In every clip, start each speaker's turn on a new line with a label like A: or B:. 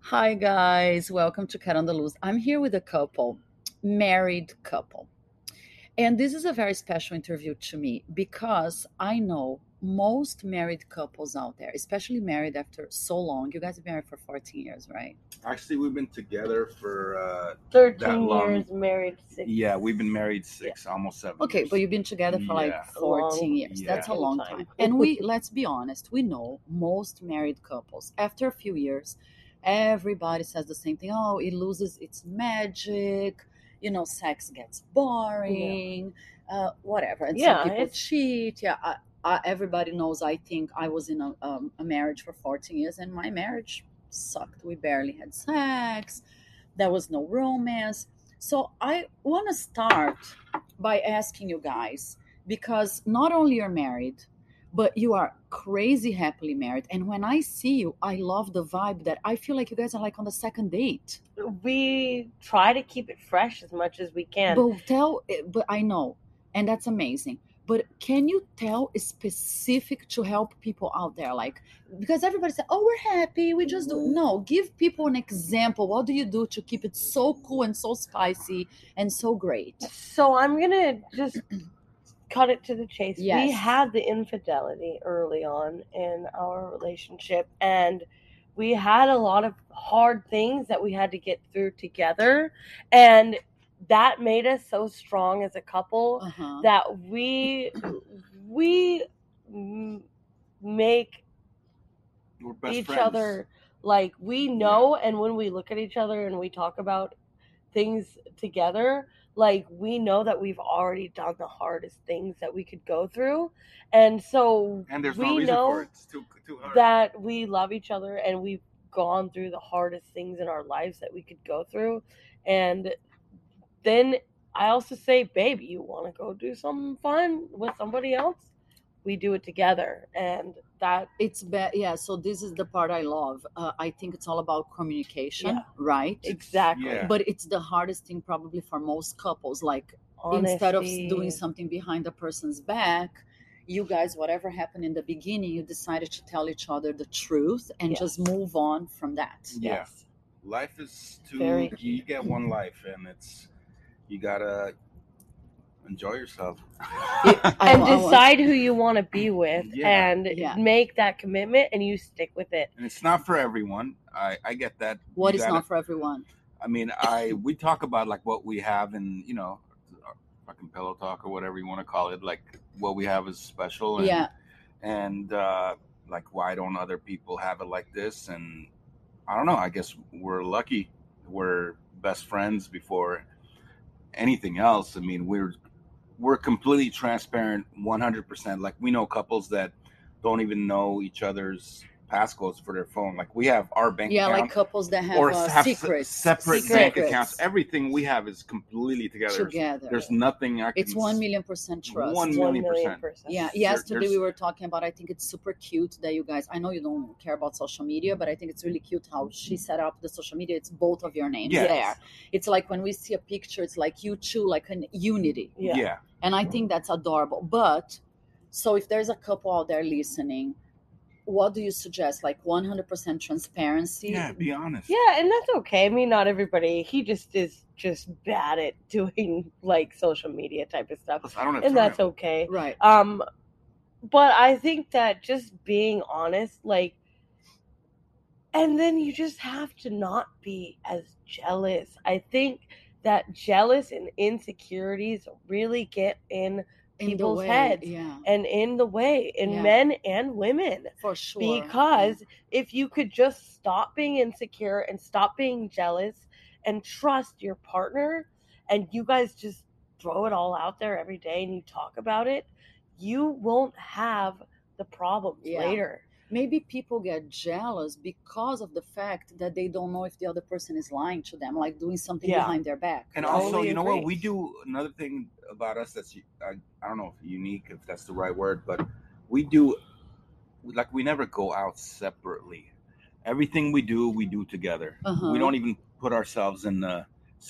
A: Hi, guys. Welcome to Cat on the Loose. I'm here with a couple, married couple. And this is a very special interview to me because I know most married couples out there, especially married after so long. You guys have been married for 14 years, right?
B: Actually, we've been together for uh,
C: 13
B: long.
C: years married, six.
B: yeah, we've been married six, almost seven.
A: Okay,
B: years.
A: but you've been together for
B: Yeah.
A: like 14
C: Long.
A: years.
B: Yeah.
A: That's a long
C: Long
A: time.
C: time.
A: And we, let's be honest, we know most married couples, after a few years, everybody says the same thing oh, it loses its magic. You know, sex gets boring, uh, whatever. And
C: Yeah,
A: some people
C: it's-
A: cheat. Yeah. I, I, everybody knows I think I was in a, um, a marriage for 14 years and my marriage sucked. We barely had sex, there was no romance. So I want to start by asking you guys because not only you're married, but you are crazy happily married. And when I see you, I love the vibe that I feel like you guys are like on the second date.
C: We try to keep it fresh as much as we can.
A: But tell, eh, but I know, and that's amazing. But can you tell specific to help people out there? Like, because everybody said, oh, we're happy. We just do.
C: Mm-hmm.
A: No, give people an example. What do you do to keep it so cool and so spicy and so great?
C: so I'm gonna just cut it to the chase. We
A: Yes.
C: had the infidelity early on in our relationship, and we had a lot of hard things that we had to get through together, and that made us so strong as a couple
A: Uh-huh.
C: that we we m- make
B: we're best
C: each
B: friends.
C: other like we know and when we look at each other and we talk about things together like we know that we've already done the hardest things that we could go through and so
B: and there's
C: we
B: no reason
C: know
B: for it. It's too too hard.
C: that we love each other and we've gone through the hardest things in our lives that we could go through and then i also say baby you want to go do something fun with somebody else we do it together and that
A: it's bad yeah so this is the part i love uh, i think it's all about communication
C: Yeah.
A: right
B: It's-
C: exactly.
B: yeah.
A: but it's the hardest thing probably for most couples like instead of s- doing
C: Honesty.
A: something behind a person's back you guys whatever happened in the beginning you decided to tell each other the truth and
C: Yes.
A: just move on from that
B: Yeah.
C: Yes.
B: life is too.
C: Very
B: You get one life, and it's you gotta enjoy yourself.
A: I-
C: and
A: I was-
C: decide who you want to be with
B: Yeah.
C: and
A: Yeah.
C: make that commitment and you stick with it.
B: and it's not for everyone. I I get that.
A: what
B: You
A: is
B: gotta-
A: not for everyone
B: I mean, I we talk about like what we have, and you know, our fucking pillow talk or whatever you want to call it. Like what we have is special. And,
A: yeah
B: and uh, like why don't other people have it like this and i don't know i guess we're lucky we're best friends before anything else i mean we're we're completely transparent 100% like we know couples that don't even know each other's passcodes for their phone like we have our bank
A: yeah
B: account
A: like couples that have,
B: or
A: uh,
B: have se-
A: secrets
B: separate bank
A: secrets
B: accounts everything we have is completely together
A: together
B: there's nothing i can
A: it's one million percent trust
B: One
C: One
B: million
C: million
B: percent.
C: percent.
A: Yeah,
B: There-
A: yesterday we
B: there's-
A: were talking about. I think it's super cute that you guys. I know you don't care about social media, but I think it's really cute how she set up the social media. It's both of your names
B: Yes.
A: there. It's like when we see a picture, it's like you two, like an unity,
C: Yeah.
B: yeah
A: and I think that's adorable. But so if there's a couple out there listening, what do you suggest? Like 100% transparency.
B: yeah be honest
C: Yeah, and that's okay. I mean, not everybody. He just is just bad at doing like social media type of stuff.
B: Plus, i don't have time.
C: And that's okay.
A: Right.
C: Um, but I think that just being honest, like, and then you just have to not be as jealous. I think that jealous and insecurities really get in
A: In the
C: People's
A: way.
C: heads.
A: Yeah.
C: and in the way in
A: Yeah.
C: men and women.
A: For sure.
C: Because if you could just stop being insecure and stop being jealous and trust your partner, and you guys just throw it all out there every day and you talk about it, you won't have the problems
A: Yeah.
C: later.
A: maybe people get jealous because of the fact that they don't know if the other person is lying to them, like doing something
C: Yeah.
A: behind their back.
B: And
A: right?
B: also,
C: Totally
B: you know
C: agree.
B: what? We do another thing about us that's I, I don't know if unique, if that's the right word, but we do like we never go out separately. Everything we do, we do together.
A: Uh-huh.
B: We don't even put ourselves in the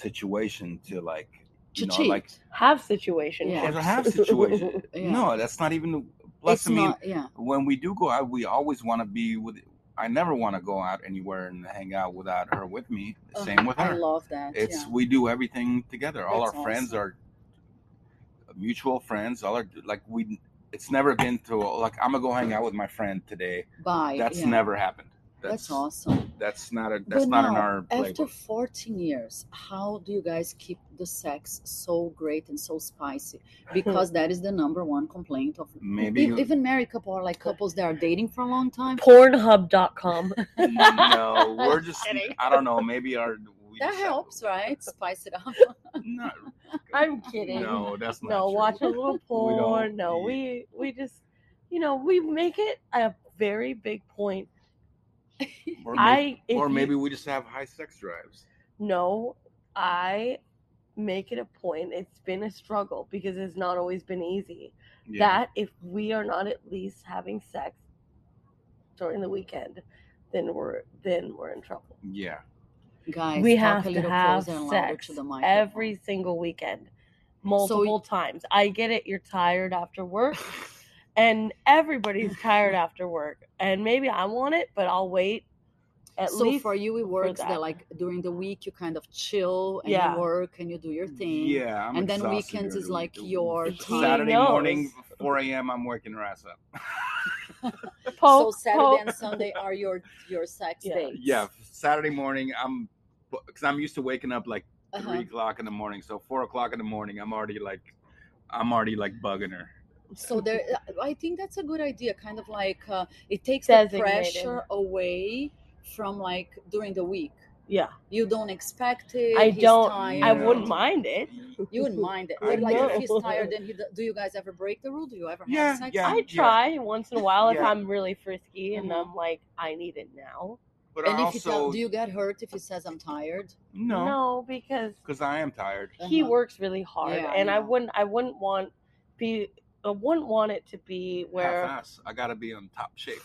B: situation to like,
A: to
B: you know,
A: cheat.
B: like
C: Have situations.
A: Yeah.
B: or to have situation.
A: Yeah.
B: No, that's not even. Plus,
A: it's
B: I mean,
A: not. Yeah,
B: when we do go out, we always want to be with. I never want to go out anywhere and hang out without her with me.
A: Ugh,
B: Same with
A: I
B: her.
A: love that.
B: It's
A: yeah.
B: we do everything together. All
A: That's
B: our friends are mutual friends. All our like we. It's never been to like I'm gonna go hang out with my friend today.
A: Bye.
B: That's
A: yeah.
B: never happened.
A: That's,
B: That's
A: awesome.
B: that's not a that's
A: But
B: not in
A: now,
B: our
A: After
B: playbook.
A: 14 years, how do you guys keep the sex so great and so spicy? Because that is the number one complaint of
B: Maybe
A: e-
B: you-
A: even married couple or like couples that are dating for a long time.
C: Pornhub.com.
B: no, we're just
C: Kidding.
B: I don't know. Maybe our we
A: That
B: just have-
A: helps, right? Spice it up.
B: No,
C: I'm kidding.
B: No, that's not
C: no,
B: true.
C: watch a little
B: don't
C: porn. no,
B: eat.
C: we we just you know we make it a very big point.
B: Or maybe,
C: I if
B: or
C: you-
B: maybe we just have high sex drives.
C: no, I make it a point. It's been a struggle because it's not always been easy. That if we are not at least having sex during the weekend, then we're then we're in trouble.
B: Yeah.
A: Guys,
C: we
A: talk
C: have
A: a
C: to
A: little
C: have
A: closer and louder
C: sex
A: to the mic.
C: every single weekend, multiple times. I get it. You're tired after work, and everybody's tired after work. And maybe I want it, but I'll wait. At
A: so
C: least
A: for you, it works that.
C: that.
A: like during the week you kind of chill and
C: Yeah.
A: you work and you do your thing.
B: Yeah. I'm
A: And then
B: exhausted
A: weekends
B: during
A: is
B: the
A: like
B: week.
A: your time.
B: Saturday
C: He knows.
B: morning, 4 a.m. I'm working her ass up.
C: poke,
A: so Saturday
C: poke.
A: and Sunday are your your sex
C: Yeah.
A: days.
B: yeah. Saturday morning, I'm because I'm used to waking up like
A: Uh-huh.
B: three o'clock in the morning. So four o'clock in the morning, I'm already like, I'm already like bugging her.
A: So there, uh, I think that's a good idea. Kind of like uh, it takes the
C: Designated.
A: pressure away from like during the week.
C: yeah,
A: You don't expect it.
C: I
A: he's
C: don't.
A: Tired.
C: I
B: Yeah.
C: wouldn't mind it.
A: You wouldn't mind it.
B: I
A: But like
B: get
A: if
C: it.
A: he's tired, then he do- do you guys ever break the rule? Do you ever have
B: Yeah,
A: sex?
B: yeah.
C: I try once in a while if
B: Yeah.
C: I'm really frisky and
A: Mhm.
C: I'm like, I need it now.
B: But
A: And
B: I
A: if he tell,
B: also
A: do you get hurt if he says I'm tired?
B: no,
C: because
B: because I am tired.
C: he
A: Uh-huh.
C: works really hard,
A: Yeah, I
C: and I
A: know.
C: wouldn't. I wouldn't want be. I wouldn't want it to be where.
B: Half ass. I gotta be in top shape.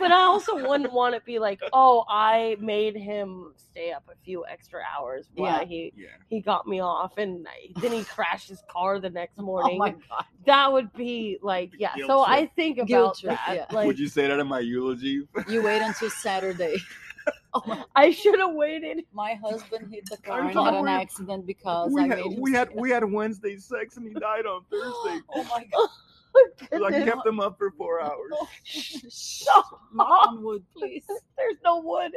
C: But I also wouldn't want it be like, oh, I made him stay up a few extra hours while
A: Yeah.
C: he
B: Yeah.
C: he got me off, and I- then he crashed his car the next morning.
A: Oh my god!
C: That would be like,
B: The
C: yeah.
B: guilt
C: So
B: trip.
C: I think about
A: Guilt trip,
C: that.
A: yeah.
C: Like,
B: Would you say that in my eulogy?
A: You wait until Saturday. Oh my,
C: I should have waited.
A: my husband hit the car
B: I'm
A: and had
B: sorry.
A: an accident because
B: we
A: I
B: had
A: made him
B: we had
A: stay
B: we had Wednesday sex and he died on Thursday.
A: oh my
B: Like
C: oh Goodness,
B: kept him up for four hours.
A: god! Knock on wood, please.
C: There's no wood.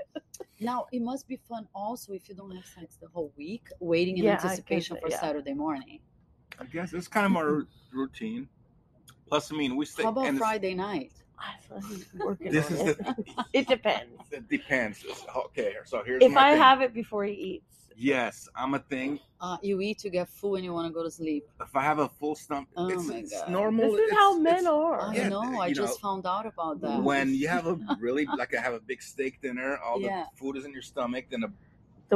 A: Now it must be fun also if you don't have sex the whole week, waiting in
C: Yeah, I guess
A: anticipation
C: so,
A: for
C: yeah.
A: Saturday morning.
B: I guess it's kind of our routine. Plus, I mean, we stay.
A: How about
B: and it's-
A: Friday night?
C: I'm working
B: This
C: on
B: is
C: it.
B: the.
C: it depends.
B: It depends. It's- Okay, so here's
C: If
B: my
C: I
B: thing.
C: have it before he eats,
B: Yes, I'm a thing.
A: Uh, you eat, you get full, and you want to go to sleep.
B: If I have a full stomach,
A: Oh
B: it's,
A: my
B: it's
A: God.
B: normal.
C: this is
B: it's-
C: how
B: it's-
C: men are.
A: I
B: Uh, Yeah,
A: know. I
B: you
A: just found out about that.
B: When you have a really like, I have a big steak dinner. All
A: Yeah.
B: the food is in your stomach. Then a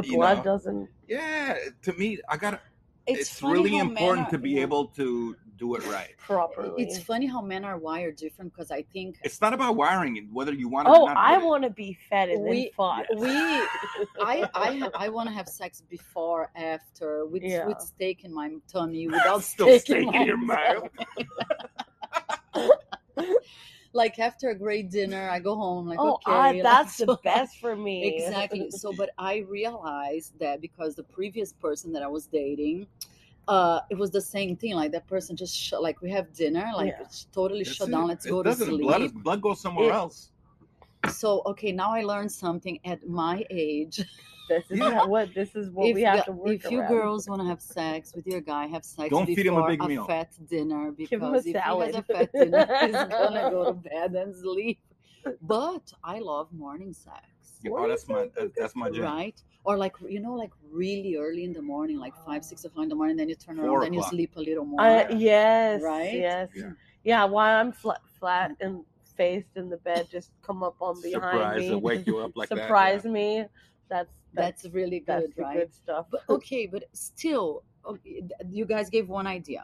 C: The
B: you
C: blood
B: know.
C: doesn't.
B: yeah. To me, I gotta. It's,
A: funny
B: really
A: how men
B: important
A: are-
B: to be
A: yeah.
B: able to do it right.
C: properly.
A: It's funny how men are wired different because I think
B: It's not about wiring and whether you want it
C: oh,
B: or not.
C: I
B: but it-
C: want to be fed and
A: We-
C: then fought.
A: we, I, I, ha- I want to have sex before, after, with
C: Yeah.
A: with steak in my tummy, without
B: Still
A: steak,
B: steak
A: in,
B: in your
A: my
B: mouth.
A: tummy. like after a great dinner, I go home. Like
C: oh,
A: okay,
C: I-
A: like,
C: that's
A: so-
C: the best for me.
A: exactly so but i realized that because the previous person that i was dating uh it was the same thing like that person just sh- like we have dinner like
C: Yeah.
A: it's totally
B: That's
A: shut
B: it.
A: down let's
B: It
A: go to
B: doesn't-
A: sleep
B: Blood, blood goes somewhere
C: It-
B: else.
A: so okay now i learned something at my age
C: This is
B: Yeah.
C: not what this is what we
A: you-
C: have to work
A: if you
C: around.
A: girls want to have sex with your guy have sex
B: Don't
A: before
B: feed him a big meal.
A: fat dinner
C: him a
A: because if he has a
C: salad.
A: fat dinner he's gonna go to bed and sleep but i love morning sex
B: Yeah,
C: What
B: oh,
C: is
B: that's my
C: that?
B: that- that's my jam.
A: right? Or like you know, like really early in the morning, like five, six o'clock in the morning, then you turn
B: Four
A: around and you
B: o'clock.
A: sleep a little more.
C: I- yes,
A: Right?
C: yes,
B: Yeah.
C: yeah. while I'm flat, flat and faced in the bed, just come up on behind
B: Surprise!
C: me,
B: They'll wake you up like that.
C: surprise me. That's that's
A: that's really
C: that's
A: good,
C: the
A: right?
C: good stuff.
A: But okay, but still, okay, th- you guys gave one idea: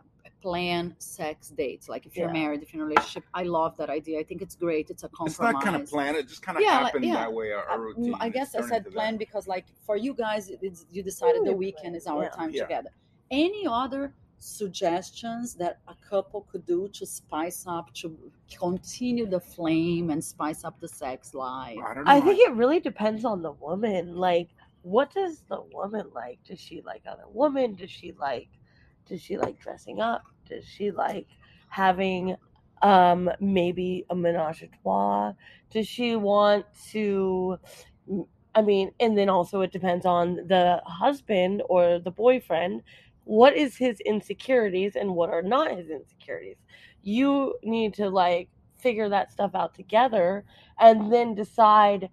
A: plan sex dates. Like if you're
C: Yeah.
A: married, if you're in a relationship, I love that idea. I think it's great. It's a
B: Yeah.
A: compromise.
B: It's not kind of planned. It just kind of
A: Yeah, like-
B: happened
A: yeah.
B: that way.
A: I-
B: Our,
A: mm,
B: our
C: Um,
B: routine.
A: I
B: It's
A: guess I
B: turned
A: said
B: into
A: plan because, like, for you guys, it's, you decided the
C: Really
A: weekend
C: plan,
A: is our
C: yeah.
A: time
B: Yeah.
A: together. Any other suggestions that a couple could do to spice up, to continue the flame and spice up the sex life?
B: I don't know.
C: I think it really depends on the woman. Like, what does the woman like? Does she like other women? Does she like does she like dressing up? Does she like having um maybe a menage a trois? Does she want to I mean, and then also it depends on the husband or the boyfriend. What is his insecurities and what are not his insecurities? You need to like figure that stuff out together and then decide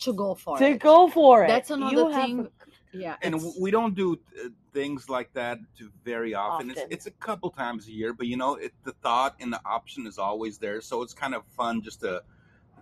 A: to go for
C: to
A: it.
C: go for it.
A: That's another
C: have-
A: thing. Yeah.
B: and
A: it's-
B: we don't do uh, things like that too very often.
C: Often.
B: It's, it's a couple times a year, but you know, it, the thought and the option is always there. So it's kind of fun just to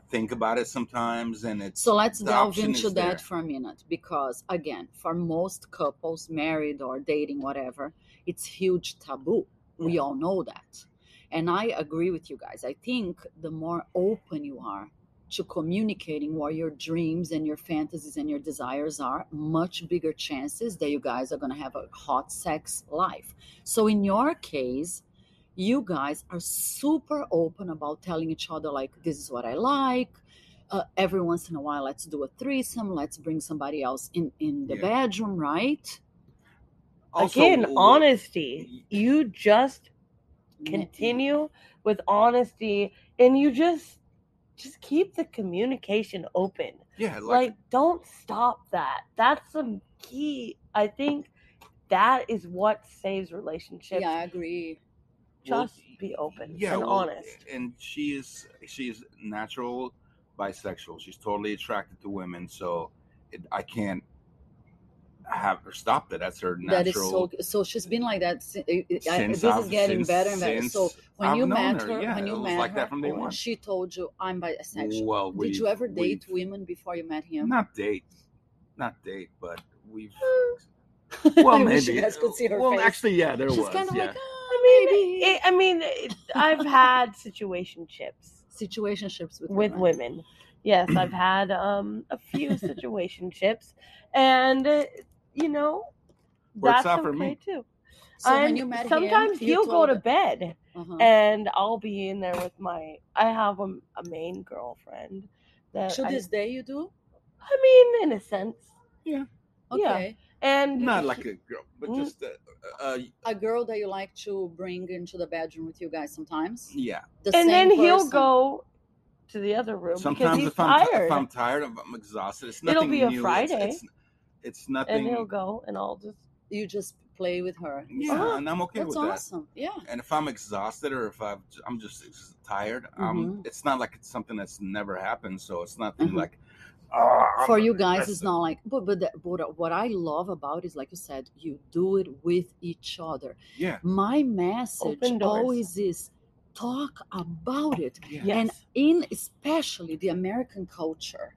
B: think about it sometimes. And it's
A: So let's
B: the
A: delve
B: option
A: into
B: is
A: that
B: there.
A: for a minute because, again, for most couples, married or dating, whatever, it's huge taboo. We all know that. And I agree with you guys. I think the more open you are to communicating what your dreams and your fantasies and your desires are, much bigger chances that you guys are going to have a hot sex life. So in your case, you guys are super open about telling each other, like, this is what I like uh, every once in a while let's do a threesome let's bring somebody else in in the
B: Yeah.
A: bedroom right
B: Also,
C: Again,
B: w-
C: honesty. You just continue with honesty and you just just keep the communication open.
B: Yeah, like
C: Like don't stop that. That's some key. I think that is what saves relationships.
A: Mm-hmm. yeah i agree
B: well,
C: Just be open
B: yeah,
C: and
B: well,
C: honest.
B: And she is she is natural bisexual. She's totally attracted to women, so it, I can't have her stop it. That's her natural.
A: that is so so she's been like that si- I- I- this
B: Since
A: is
B: I've-
A: getting
B: since-
A: better and better
B: since
A: so when
B: I've
A: you
B: known
A: met
B: her,
A: her,
B: yeah,
A: when you
B: it was
A: met
B: like
A: her
B: that from day
A: when
B: one.
A: she told you i'm bisexual
B: Well,
A: did
B: we've-
A: you ever date
B: we've-
A: women before you met him
B: Not date, not date, but we've. Well,
A: I
B: maybe.
A: wish you guys could see her
B: well,
A: face.
B: actually, yeah, there
A: she's
B: was.
A: kind of
B: yeah.
A: like
C: I
A: oh,
C: mean,
A: maybe
C: it, I mean, it, I've had situationships
A: situationships with
C: with
A: women.
C: women. Yes, I've had um, a few situationships, and uh, you know,
B: Works
C: that's
B: out
C: okay
B: for me.
C: too.
A: so when
C: I'm-
A: you met him,
C: sometimes
A: you
C: he'll go
A: told-
C: to uh, bed,
A: Uh-huh.
C: and I'll be in there with my. I have a, a main girlfriend that
A: to
C: I,
A: this day you do
C: I mean, in a sense,
A: okay
C: Yeah. and
B: Not
C: he-
B: like a girl, but
C: Mm.
B: just a, a,
A: a girl that you like to bring into the bedroom with you guys sometimes.
B: yeah.
A: The
C: and then
A: same
C: he'll
A: person.
C: go to the other room
B: Sometimes
C: because he's
B: if I'm,
C: tired,
B: if I'm tired, if I'm exhausted, it's
C: It'll
B: nothing
C: be a
B: new.
C: Friday.
B: It's, it's, it's
C: and
B: nothing.
C: he'll go, and I'll just
A: You just play with her. Oh,
B: Yeah,
C: Uh-huh.
B: and I'm okay
A: That's
B: with
A: awesome. Yeah.
B: that. And if I'm exhausted or if I've, I'm just ex- tired, um,
C: Mm-hmm.
A: Mhm.
B: it's not like it's something that's never happened. So it's nothing
A: Mhm.
B: like. "Ah,
A: For
B: I'm-
A: you guys,
B: that's
A: it's
B: the-"
A: not like, but but, the, but what I love about is like you said, you do it with each other.
B: Yeah.
A: My message
C: Open doors.
A: always is talk about it.
B: Yeah.
C: yes.
A: And in especially the American culture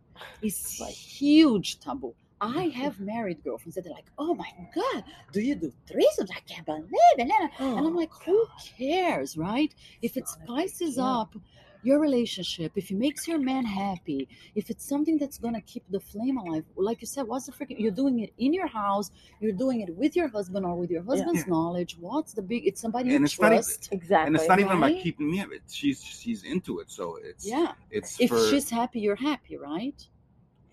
A: is
C: Like-
A: huge taboo.
C: Mm-hmm.
A: I have married girlfriends that are like, oh my God, do you do threesomes? I can't believe it. And
B: Oh,
A: I'm like, who cares, right? If it
C: It's not a big
A: spices
C: deal.
A: up your relationship, if it makes your man happy, if it's something that's gonna keep the flame alive, like you said, what's the freaking? You're doing it in your house, you're doing it with your husband or with your husband's knowledge. What's the big? It's somebody
B: And
A: you
B: it's not even-
A: trust.
C: Exactly.
B: And it's not even about
A: Right?
B: keeping me up. It, she's she's into it, so it's
A: yeah.
B: it's
A: If
B: for.
A: she's happy, you're happy, right?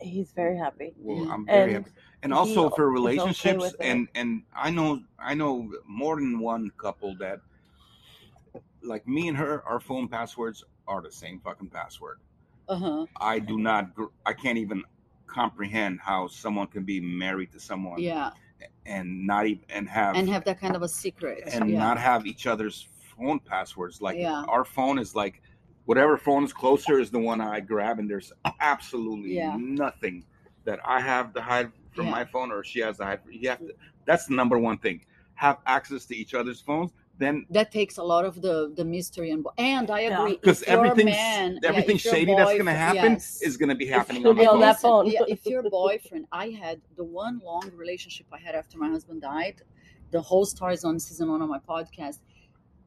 C: He's very happy.
B: well,
A: Yeah.
B: I'm very
C: And
B: happy. and
C: he
B: also for
C: is okay
B: relationships
C: with it.
B: and and i know i know more than one couple that like me and her our phone passwords are the same fucking password
A: Uh huh.
B: i do not gr- i can't even comprehend how someone can be married to someone
A: Yeah.
B: and not even and have
A: and
B: and,
A: have that kind of a secret. yeah.
B: um, not have each other's phone passwords like
A: Yeah.
B: our phone is like whatever phone is closer is the one i grab and there's absolutely
A: Yeah.
B: nothing that i have to hide from
A: Yeah.
B: my phone or she has to hide you have to that's the number one thing have access to each other's phones then
A: that takes a lot of the the mystery and and I
C: Yeah.
A: agree if
B: because
A: your
B: everything
A: man, yeah,
B: everything
A: if your
B: shady that's going to
A: boyfriend-
B: happen
A: yes.
B: is going to be happening
C: gonna
B: on
C: be
B: my
C: on
B: phone
C: that phone.
A: uh, Yeah, if your boyfriend, I had the one long relationship I had after my husband died. The whole story is on season one of my podcast.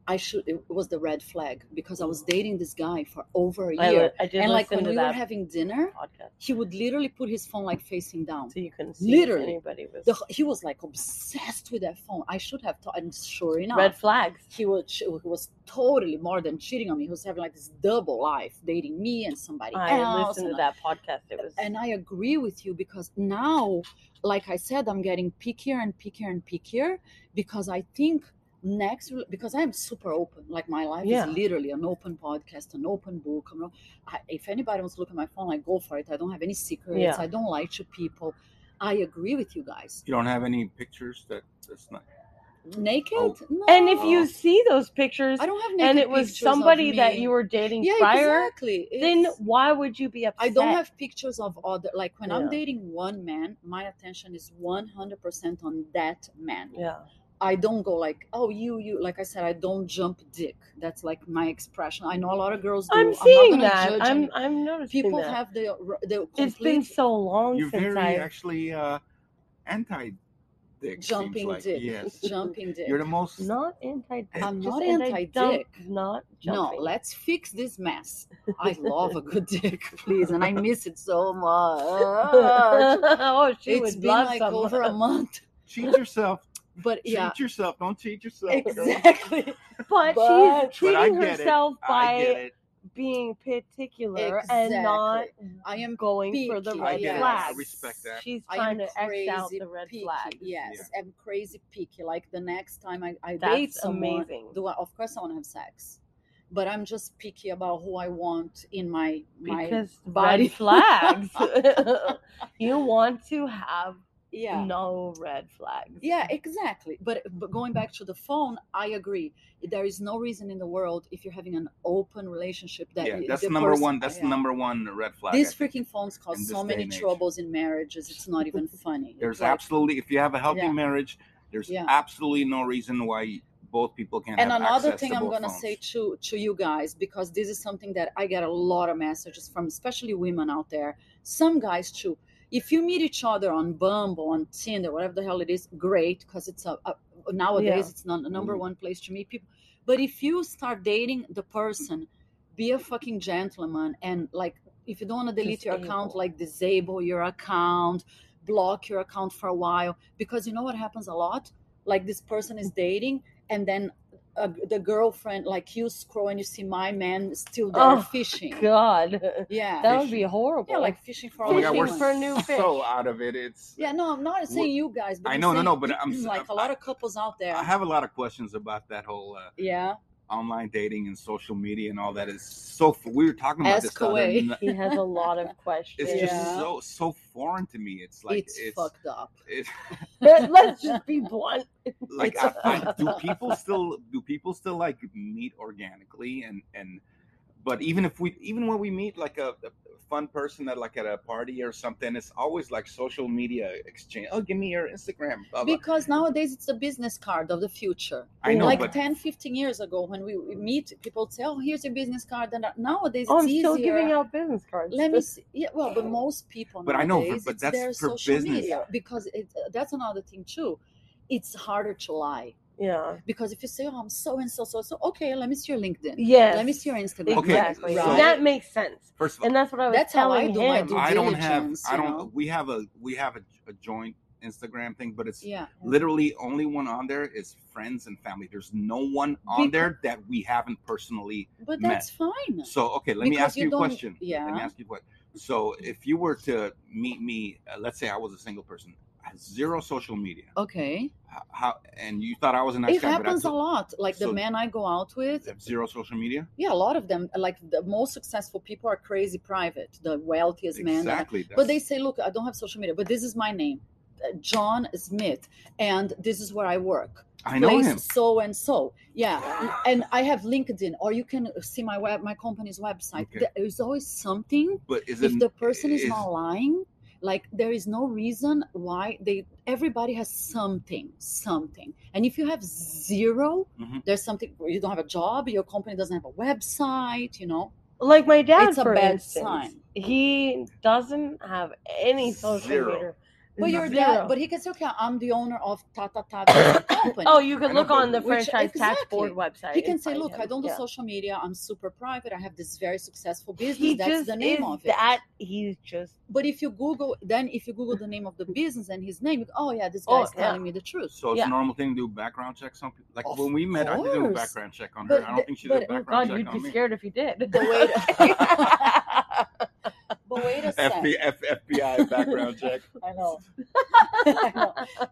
A: I should it was the red flag because I was dating this guy for over a
C: I,
A: year.
C: li- I did
A: and
C: listen
A: like when
C: to
A: we were
C: that
A: having dinner,
C: podcast,
A: he would literally put his phone like facing down.
C: so you couldn't see
A: Literally.
C: if anybody was
A: The, he was like obsessed with that phone. I should have thought, and sure enough,
C: red flags.
A: he was he was totally more than cheating on me. He was having like this double life, dating me and somebody
C: I
A: else.
C: listened to
A: and,
C: that podcast. It was
A: and I agree with you because now, like I said, I'm getting pickier and pickier and pickier because I think next because I'm super open. Like my life
C: Yeah.
A: is literally an open podcast, an open book. I'm not, I, if anybody wants to look at my phone, I go for it. I don't have any secrets.
C: Yeah.
A: I don't lie to people. I agree with you guys.
B: You don't have any pictures that that's not.
A: Naked?
B: Oh.
A: No.
C: and if you see those pictures
A: I don't have naked
C: and it was
A: pictures of
C: somebody that
A: me.
C: you were dating
A: yeah,
C: prior,
A: exactly.
C: then
A: It's-
C: why would you be upset?
A: I don't have pictures of other like when I'm
C: Yeah.
A: dating one man, my attention is 100% on that man.
C: Yeah,
A: I don't go like, "Oh, you you like I said I don't jump dick." That's like my expression. I know a lot of girls do.
C: I'm
A: not
C: seeing
A: gonna
C: that.
A: judge,
C: I'm
A: and
C: I'm noticing
A: people
C: that.
A: have the the
C: It's been
A: complete
C: so long
B: You're
C: since
B: very
C: I.
B: actually uh, anti-dick. seems
A: jumping
B: like.
A: dick.
B: Yes,
A: Jumping dick.
B: you're the most.
C: Not anti.
B: Eh,
A: I'm not anti-dick.
C: Not
A: no,
C: jumping.
A: let's fix this mess. I love a good dick, please, and I miss it so much.
C: oh, she
A: uh, it's
C: would
A: been
C: love
A: like
C: someone.
A: over a month,
B: Cheat yourself.
A: but yeah,
B: Cheat yourself. Don't cheat yourself. girl.
A: exactly.
C: But,
A: But-
B: But
C: she's
B: I
C: treating
B: get it.
C: herself
B: I get
C: by
B: it.
C: being particular and not
A: I am
C: going for the
A: picky,
C: red
B: I get it. I
C: flags.
B: respect that.
C: She's
A: I
C: trying
A: am
C: to X out
A: crazy
C: the red
A: picky.
C: flag.
A: Yes, I'm crazy picky. Like the next time I, I date
C: That's
A: someone,
C: amazing.
A: do I, of course I want to have sex, but I'm just picky about who I want in my my
C: Because
A: body.
C: red flags. you want to have
A: yeah.
C: no red flags.
A: Yeah, exactly. But, but going back to the phone, I agree. There is no reason in the world if you're having an open relationship that
B: Yeah,
A: y-
B: that's
A: the
B: number
A: person-
B: one. That's
A: yeah.
B: number one red flag. I
A: These
B: think.
A: freaking phones
B: in
A: cause so
B: this day
A: many
B: and age.
A: troubles in marriages. It's not even funny.
B: There's
A: Like,
B: absolutely, if you have a healthy
A: Yeah.
B: marriage, there's
A: Yeah.
B: absolutely no reason why both people can't.
A: and
B: have
A: another
B: access
A: thing
B: to
A: i'm
B: both
A: going to
B: phones.
A: say to to you guys because this is something that i get a lot of messages from especially women out there some guys too if you meet each other on bumble on tinder whatever the hell it is great because it's a, a nowadays
C: Yeah.
A: it's not the number
B: Mhm.
A: one place to meet people but if you start dating the person be a fucking gentleman and like if you don't want to delete your account
C: Disable.
A: like disable your account block your account for a while because you know what happens a lot like this person is dating and then uh, the girlfriend like you scroll and you see my man still there
C: Oh,
A: fishing
C: God,
A: yeah
C: that would be
B: Fishing.
C: horrible.
A: yeah like fishing for
B: Oh my God,
A: a
B: we're
A: woman.
C: for a new fish.
B: so out of it. It's.
A: yeah no i'm not saying you guys but
B: I
A: I'm
B: know, no,
A: saying
B: no, but I'm s-
A: like a lot of couples out there
B: I have a lot of questions about that whole uh,
A: yeah
B: online dating and social media and all that. It's so. f- We were talking about this
A: Ask
B: the other
A: away.
B: night.
C: he has a lot of questions.
B: It's just
A: Yeah.
B: so so foreign to me. It's like
A: it's,
B: it's,
A: fucked up
B: it's
C: Let's just be blunt.
B: like
A: It's-
B: I find, do people still do people still like meet organically and and but even if we even when we meet like a, a fun person at like at a party or something it's always like social media exchange oh give me your instagram blah, blah.
A: because nowadays it's a business card of the future
B: i know
A: like
B: but
A: 10 15 years ago when we we meet people would say oh here's your business card and nowadays it's
C: Oh, I'm
A: easier
C: still giving out business cards.
A: Let me see. Yeah, well, but most people.
B: But I know, but-
A: nowadays,
B: but
A: it's
B: that's
A: their
B: for
A: social
B: business.
A: media because it, that's another thing too. It's harder to lie
C: Yeah.
A: because if you say, "Oh, I'm so and so so so," okay, let me see your LinkedIn.
C: Yes.
A: Let me see your Instagram.
B: Okay,
C: Exactly.
B: so-
C: That makes sense.
B: first of all
C: And that's what I was
A: That's how I
C: telling
A: do
C: him.
A: my due
B: i don't have
A: diligence,
B: i
A: you
B: don't
A: know?
B: we have a we have a, a joint instagram thing but it's
A: Yeah.
B: literally only one on there is friends and family there's no one on
A: Becau-
B: there that we haven't personally
A: But
B: Matt.
A: that's fine.
B: So okay, let me
A: Because
B: ask
A: you
B: you a
A: don't-
B: question. Let me
A: yeah.
B: ask you a question. So if you were to meet me, uh, let's say I was a single person, I had zero social media,
A: Okay.
B: how, how and you thought I was a nice
A: it
B: guy,
A: happens a
B: but
A: lot. Like
B: so-
A: the men I go out
B: I
A: with.
B: took zero social media.
A: Yeah, a lot of them. Like the most successful people are crazy private. The wealthiest men. that I-
B: exactly.
A: but they say look i don't have social media but this is my name uh, john smith and this is where i work
B: I know
A: place
B: him.
A: so and so yeah and i have linkedin or you can see my web my company's website
B: Okay.
A: there's always something
B: But is
A: if
B: it
A: the person is,
B: is-
A: not lying like there is no reason why they everybody has something something and if you have 0
B: Mhm.
A: there's something you don't have a job your company doesn't have a website you know
C: Like my dad,
A: It's a
C: for
A: bad
C: instance,
A: sign.
C: he doesn't have any social
B: Zero.
C: media
A: But
C: It's
A: you're
C: zero.
A: that, but he can still count. I'm the owner of Tata Tata Company.
C: oh, you
B: I
C: can
B: know,
C: look on the
A: but which-
C: franchise tax board website.
A: he
C: and
A: can say,
C: find
A: "Look,
C: him.
A: I don't do
C: Yeah.
A: social media. I'm super private. I have this very successful business.
C: He
A: That's
C: just
A: the name
C: is
A: of it."
C: that. He's just
A: But if you Google, then if you Google the name of the business and his name, you go, oh yeah, this
C: Oh,
A: guy's
C: yeah.
A: telling me the truth.
B: So it's
C: Yeah.
B: a normal thing to do background checks on people. Like
A: Of
B: when we met, I didn't do a
A: course.
B: background check on
A: But
B: her. I
A: the-
B: don't think she did a
A: but- oh,
B: background
C: God.
B: check
C: You'd be
B: on me.
C: scared if you did.
A: The way- But wait a second.
B: FB, F, FBI background check.
A: I know. I know.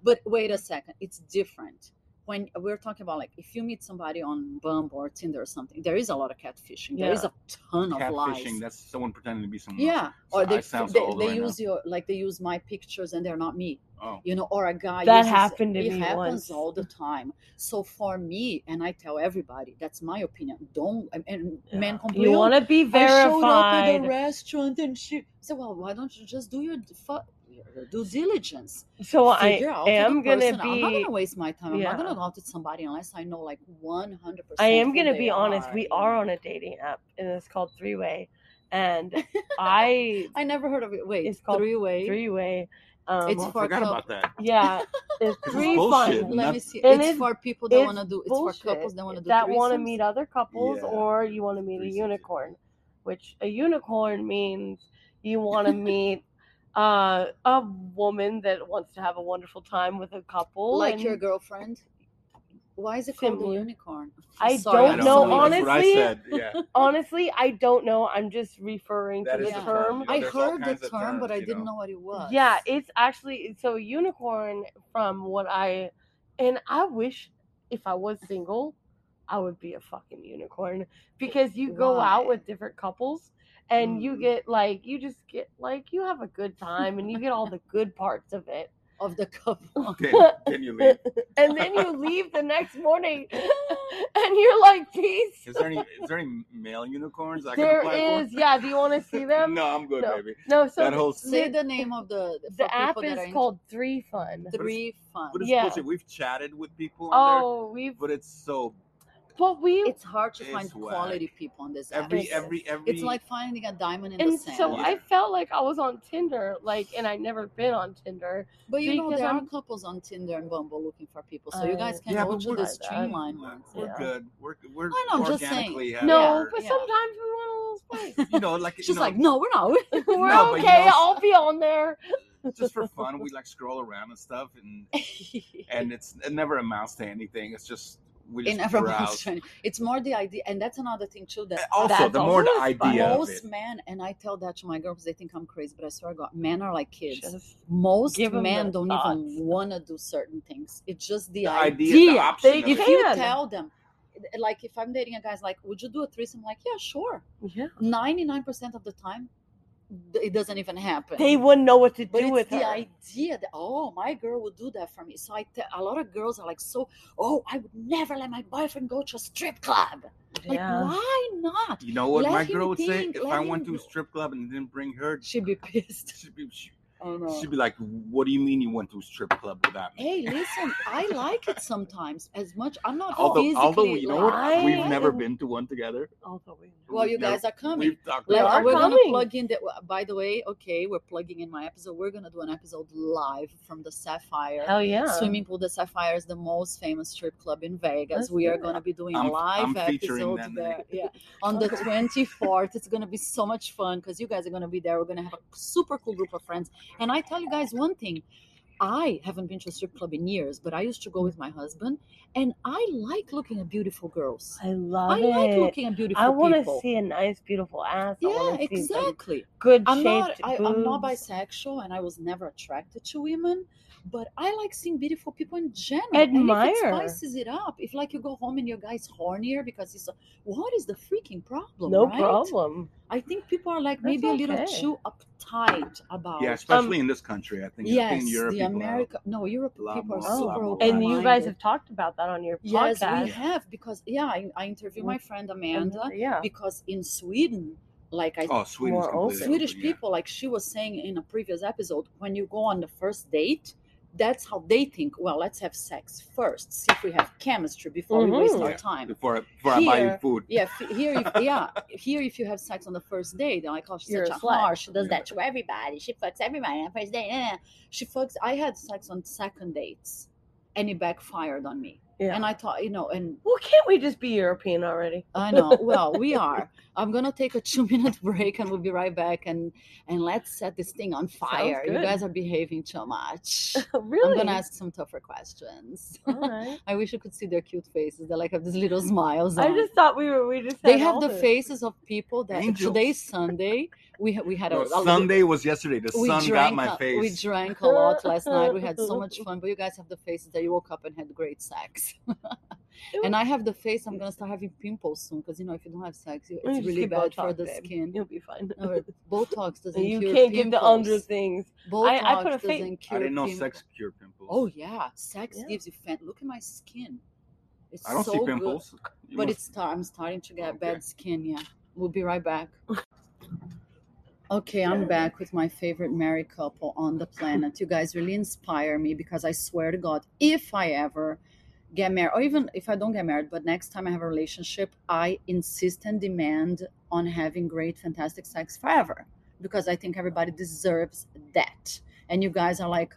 A: But wait a second, it's different. When we're talking about like if you meet somebody on Bumble or Tinder or something, there is a lot of catfishing. There is a ton of lies.
B: Catfishing. That's someone pretending to be someone. else.
A: Yeah, or they
B: I sound so
A: they,
B: old
A: they
B: right now.
A: use your like they use my pictures and they're not me.
B: Oh,
A: You know, or a guy
C: That
A: uses-
C: happened to
A: it
C: me
A: happens
C: once.
A: all the time. So for me, and I tell everybody, that's my opinion. Don't and- and men complain.
C: you
A: "Oh,
C: want to be
A: I showed up at the
C: verified.
A: restaurant and she said, "Well, why don't you just do your fu- your due diligence?
C: So I
A: Figure out who
C: am
A: the
C: gonna
A: person- I'm not
C: be.
A: gonna waste my time. I'm
C: Yeah.
A: not gonna go out with somebody unless I know like 100. percent
C: I am gonna be honest. We are on a dating app, and it's called Three Way, and I
A: I never heard of it. Wait,
C: It's called
A: three way.
C: Three Way. Um,
A: It's
B: oh, I
A: for
B: forgot
A: co-
B: about that.
C: yeah, it's
B: This is
C: three
B: bullshit.
C: fun.
B: And
A: Let me
B: that's-
A: see.
C: and
A: It's
C: it's-
A: for people that
C: it's
A: want to do. It's
C: bullshit
A: for couples that want to do.
C: that want to
A: threesomes.
C: meet other couples
B: Yeah.
C: or you want to meet a
B: Threesomes, yeah.
C: unicorn which a unicorn means you want to meet uh, a woman that wants to have a wonderful time with a couple
A: like
C: and
A: your girlfriend. Why is it called
C: Similar.
A: a unicorn?
C: I
A: Sorry,
C: don't
A: I'm
C: know,
A: sorry.
B: That's what I
C: honestly,
B: said. Yeah.
C: honestly i don't know i'm just referring
B: That
C: to the
B: is
A: the
C: term
B: term,
A: I
B: There's all
A: heard the
B: kinds of
A: term, but
B: terms,
A: I
B: you
A: didn't
B: know.
A: know what it was.
C: yeah it's actually so unicorn from what i and i wish if i was single i would be a fucking unicorn because you go out
A: Why?
C: with different couples and you
A: Mm.
C: get like you just get like you have a good time and you get all the good parts of it
A: of the couple.
B: Can, can you leave?
C: and then you leave the next morning and you're like peace
B: Is there any is there any male unicorns I
C: there
B: can apply
C: is yeah do you want to
B: for?
C: see them
B: no, I'm good,
C: No.
B: baby.
C: no so
B: that whole
A: Say the name of the
C: the,
A: for people
C: app
A: that
C: is
A: are into-
C: called three fun
A: Three Fun.
B: but it's
C: yeah.
B: bullshit. We've chatted with people on
C: oh we've
B: there, but it's so
C: but we
A: It's hard to
B: It's
A: find
B: whack.
A: quality people on this app.
B: every
C: Yes.
B: every every.
A: it's like finding a diamond in the
C: and
A: sand.
C: so
B: Yeah.
C: I felt like I was on Tinder, like, and I never been on Tinder.
A: but you know
C: because
A: there
C: I'm-
A: are couples on Tinder and Bumble looking for people, so you guys
C: Oh.
A: can
B: yeah,
A: go
B: but
A: to
B: we're
A: the
C: like that.
A: streamline
B: we're-
A: ones.
B: We're
C: yeah.
B: good. We're we're
A: I know, I'm just saying.
B: organically at
C: No,
B: our-
C: but
A: Yeah.
C: sometimes we want a little space.
B: you know, like you
A: She's
B: know,
A: like, no, we're not.
C: We're
B: No, but you
C: okay.
B: know-
C: I'll be on there.
B: just for fun, we like scroll around and stuff, and and it's it never amounts to anything. It's just we
A: in
B: just
A: every
B: browse.
A: monster. It's more the idea, and that's another thing too. That
B: Also,
C: That's
B: the more the
C: also fun.
B: idea of it,
A: most men, and I tell that to my girl because they think I'm crazy, but I swear to God, men are like kids.
C: Just
A: Most
C: give 'em
A: men
C: the
A: don't
C: thoughts.
A: even want to do certain things. It's just the,
B: the
A: idea.
B: idea, the
C: idea.
B: option
C: They
B: of
A: If
B: it.
C: give-
A: you
C: Can.
A: tell them, eh, like if I'm dating a guy's like, would you do a threesome? like, yeah, sure.
C: yeah.
A: Ninety nine percent of the time, th- it doesn't even happen.
C: They wouldn't know what to
A: but
C: do
A: it's
C: with
A: the
C: her.
A: idea that oh my girl would do that for me. So I te- a lot of girls are like so oh I would never let my boyfriend go to a strip club. Like
C: yeah.
A: why not?
B: You know what
A: Let
B: my
A: him
B: girl would say
A: think,
B: if
A: let
B: I
A: him
B: went to a
A: do.
B: strip club and didn't bring her.
A: She'd be pissed.
B: She'd be, she,
A: Oh no.
B: she'd be like, "What do you mean you went to a strip club without me?"
A: Hey, listen, I like it sometimes as much. I'm not
B: although,
A: physically.
B: although you know what,
A: like-
C: I-
B: we've never been to one together.
C: Although we know.
A: Well, you
B: We've never-
A: guys are coming.
B: We've talked.
C: We
A: Like,
C: are
A: we're
B: about
A: gonna
B: it.
C: coming.
A: plug in that. By the way, okay, we're plugging in my episode. We're gonna do an episode live from the Sapphire
C: Hell yeah.
A: swimming pool. The Sapphire is the most famous strip club in Vegas.
C: Let's
A: we
C: do
A: are
C: it.
A: going to be doing
B: I'm-
A: a live
B: I'm featuring
A: episode
B: them.
A: there. Yeah, on the
C: Okay.
A: 24th. It's going to be so much fun because you guys are going to be there. We're going to have a super cool group of friends. And I tell you guys one thing. I haven't been to a strip club in years, but I used to go with my husband, and I like looking at beautiful girls.
C: I love
A: I
C: it.
A: like looking at beautiful
C: I want to
A: people.
C: see a nice, beautiful ass. I
A: yeah,
C: wanna see some
A: exactly.
C: Good
A: I'm not
C: shaped
A: I, I'm not
C: boobs.
A: bisexual and I was never attracted to women, but I like seeing beautiful people in general. And if it
C: Admire.
A: spices it up, if like you go home and your guy's hornier because he's what is the freaking problem?
C: No
A: right?
C: problem.
A: I think people are like
C: That's
A: maybe a little
C: okay.
A: too uptight about
B: Yeah, especially in this country, I think. I think
A: Um, yes,
B: in Europe,
A: the
B: people are-
A: America no Europe
B: lot
A: people are
B: more-
A: super
B: lot more
A: open
C: And you guys have talked about that on your
A: Yes,
C: podcast.
A: we have because yeah, I, I interviewed my friend
C: And-
A: Amanda
C: yeah.
A: because in Sweden, like I
B: Oh, Sweden's
C: More
B: completely
C: open.
A: Swedish
B: open, yeah.
A: people, like she was saying in a previous episode, when you go on the first date, that's how they think. Well, let's have sex first, see if we have chemistry before we
C: Mhm.
A: waste our
B: Mm-hmm. Yeah.
A: time.
B: before before I buy you
A: Here-
B: food.
A: Yeah, f- here, if, yeah, here, if you have sex on the first day, they're like, oh, she's
C: You're
A: such
C: a
A: a
C: slut.
A: whore. She does
B: Yeah.
A: that to everybody. She fucks everybody on the first day. Eh. She fucks. I had sex on second dates, and it backfired on me.
C: Yeah.
A: And I thought, you know, and
C: well, can't we just be European already?
A: I know. Well, we are. I'm gonna take a two minute break and we'll be right back and and let's set this thing on fire. You
C: good.
A: guys are behaving too much.
C: really?
A: I'm gonna ask some tougher questions.
C: All right.
A: I wish you could see their cute faces. They like have these little smiles.
C: I
A: on.
C: just thought we were. We just.
A: they
C: had
A: have
C: all
A: the
C: this.
A: faces of people that
B: Angels.
A: today's Sunday. We ha- we had
B: No,
A: a, a
B: Sunday was yesterday. The
A: We
B: sun got
A: drank
B: my
A: a-
B: face.
A: We drank a lot last night. We had so much fun, but you guys have the faces that you woke up and had great sex. and I have the face. I'm gonna start having pimples soon because you know if you don't have sex, you,
C: You
A: it's
C: just
A: really
C: get
A: bad for
C: Botox,
A: the
C: babe.
A: skin.
C: You'll be fine.
A: No, Botox doesn't
C: you
A: cure
C: can't
A: pimples.
C: get the under things.
A: Botox
C: I- I put a face-
A: doesn't
B: I
A: cure
B: didn't know
A: pimple-
B: sex cure pimples.
A: Oh yeah, sex
C: Yeah.
A: gives you fan. Look at my skin. It's
B: I don't
A: so
B: see
A: good.
B: pimples. You
A: But
B: must-
A: it's tar- I'm starting to get
B: Okay.
A: bad skin. Yeah, we'll be right back. Okay, I'm back with my favorite married couple on the planet. You guys really inspire me because I swear to God, if I ever get married, or even if I don't get married, but next time I have a relationship, I insist and demand on having great, fantastic sex forever because I think everybody deserves that. And you guys are like,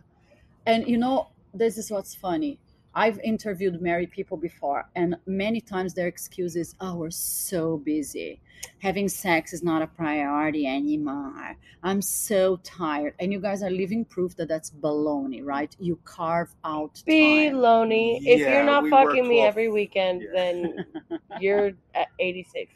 A: and you know, this is what's funny. I've interviewed married people before, and many times their excuse is, oh, we're so busy. Having sex is not a priority anymore. I'm so tired. And you guys are living proof that that's baloney, right? You carve out
C: Be
A: time.
C: lonely. If
B: Yeah,
C: you're not
B: we work
C: fucking me
B: 12
C: every weekend,
B: Yeah.
C: then you're at 86.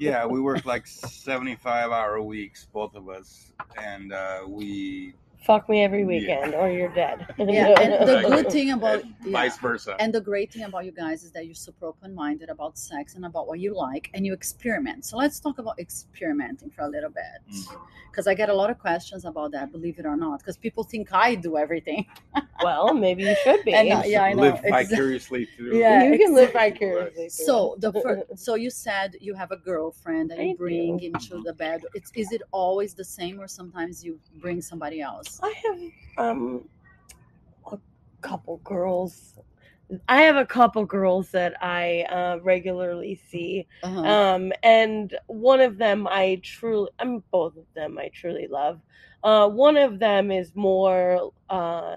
B: yeah, we work like seventy-five hour weeks, both of us, and uh, we
C: Fuck me every
B: Yeah.
C: weekend, or you're dead.
A: Yeah, and the
B: Exactly.
A: good thing about
B: and
A: yeah.
B: vice versa.
A: And the great thing about you guys is that you're super open minded about sex and about what you like and you experiment. So let's talk about experimenting for a little bit.
B: Mhm.
A: Because I get a lot of questions about that, believe it or not, because people think I do everything.
C: well, maybe you should be.
A: And, uh, yeah, I know,
B: Live
A: exactly.
B: vicariously through.
A: Yeah,
C: you can live
B: exactly.
C: vicariously. through
A: So
C: it.
A: the fir- so you said you have a girlfriend that you
C: I
A: bring
C: do.
A: into the bed. It's is it always the same or sometimes you bring somebody else?
C: I have um a couple girls. I have a couple girls that I uh, regularly see,
A: Uh-huh.
C: um, and one of them I truly, I'm both of them I truly love. Uh, one of them is more uh,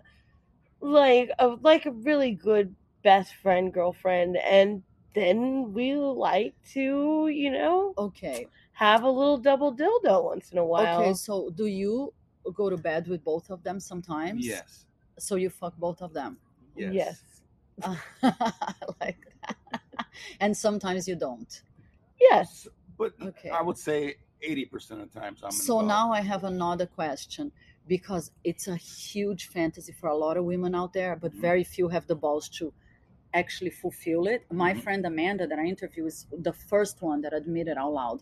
C: like a like a really good best friend girlfriend, and then we like to you know
A: okay.
C: have a little double dildo once in a while.
A: Okay. So do you go to bed with both of them sometimes?
B: Yes.
A: So you fuck both of them.
B: Yes.
C: yes.
A: Uh, I like that. and sometimes you don't.
C: Yes.
B: But
A: Okay.
B: I would say eighty percent of the times I'm.
A: so
B: involved.
A: now I have another question because it's a huge fantasy for a lot of women out there, but
B: Mhm.
A: very few have the balls to actually fulfill it. My
B: Mhm.
A: friend Amanda that I interview is the first one that admitted out loud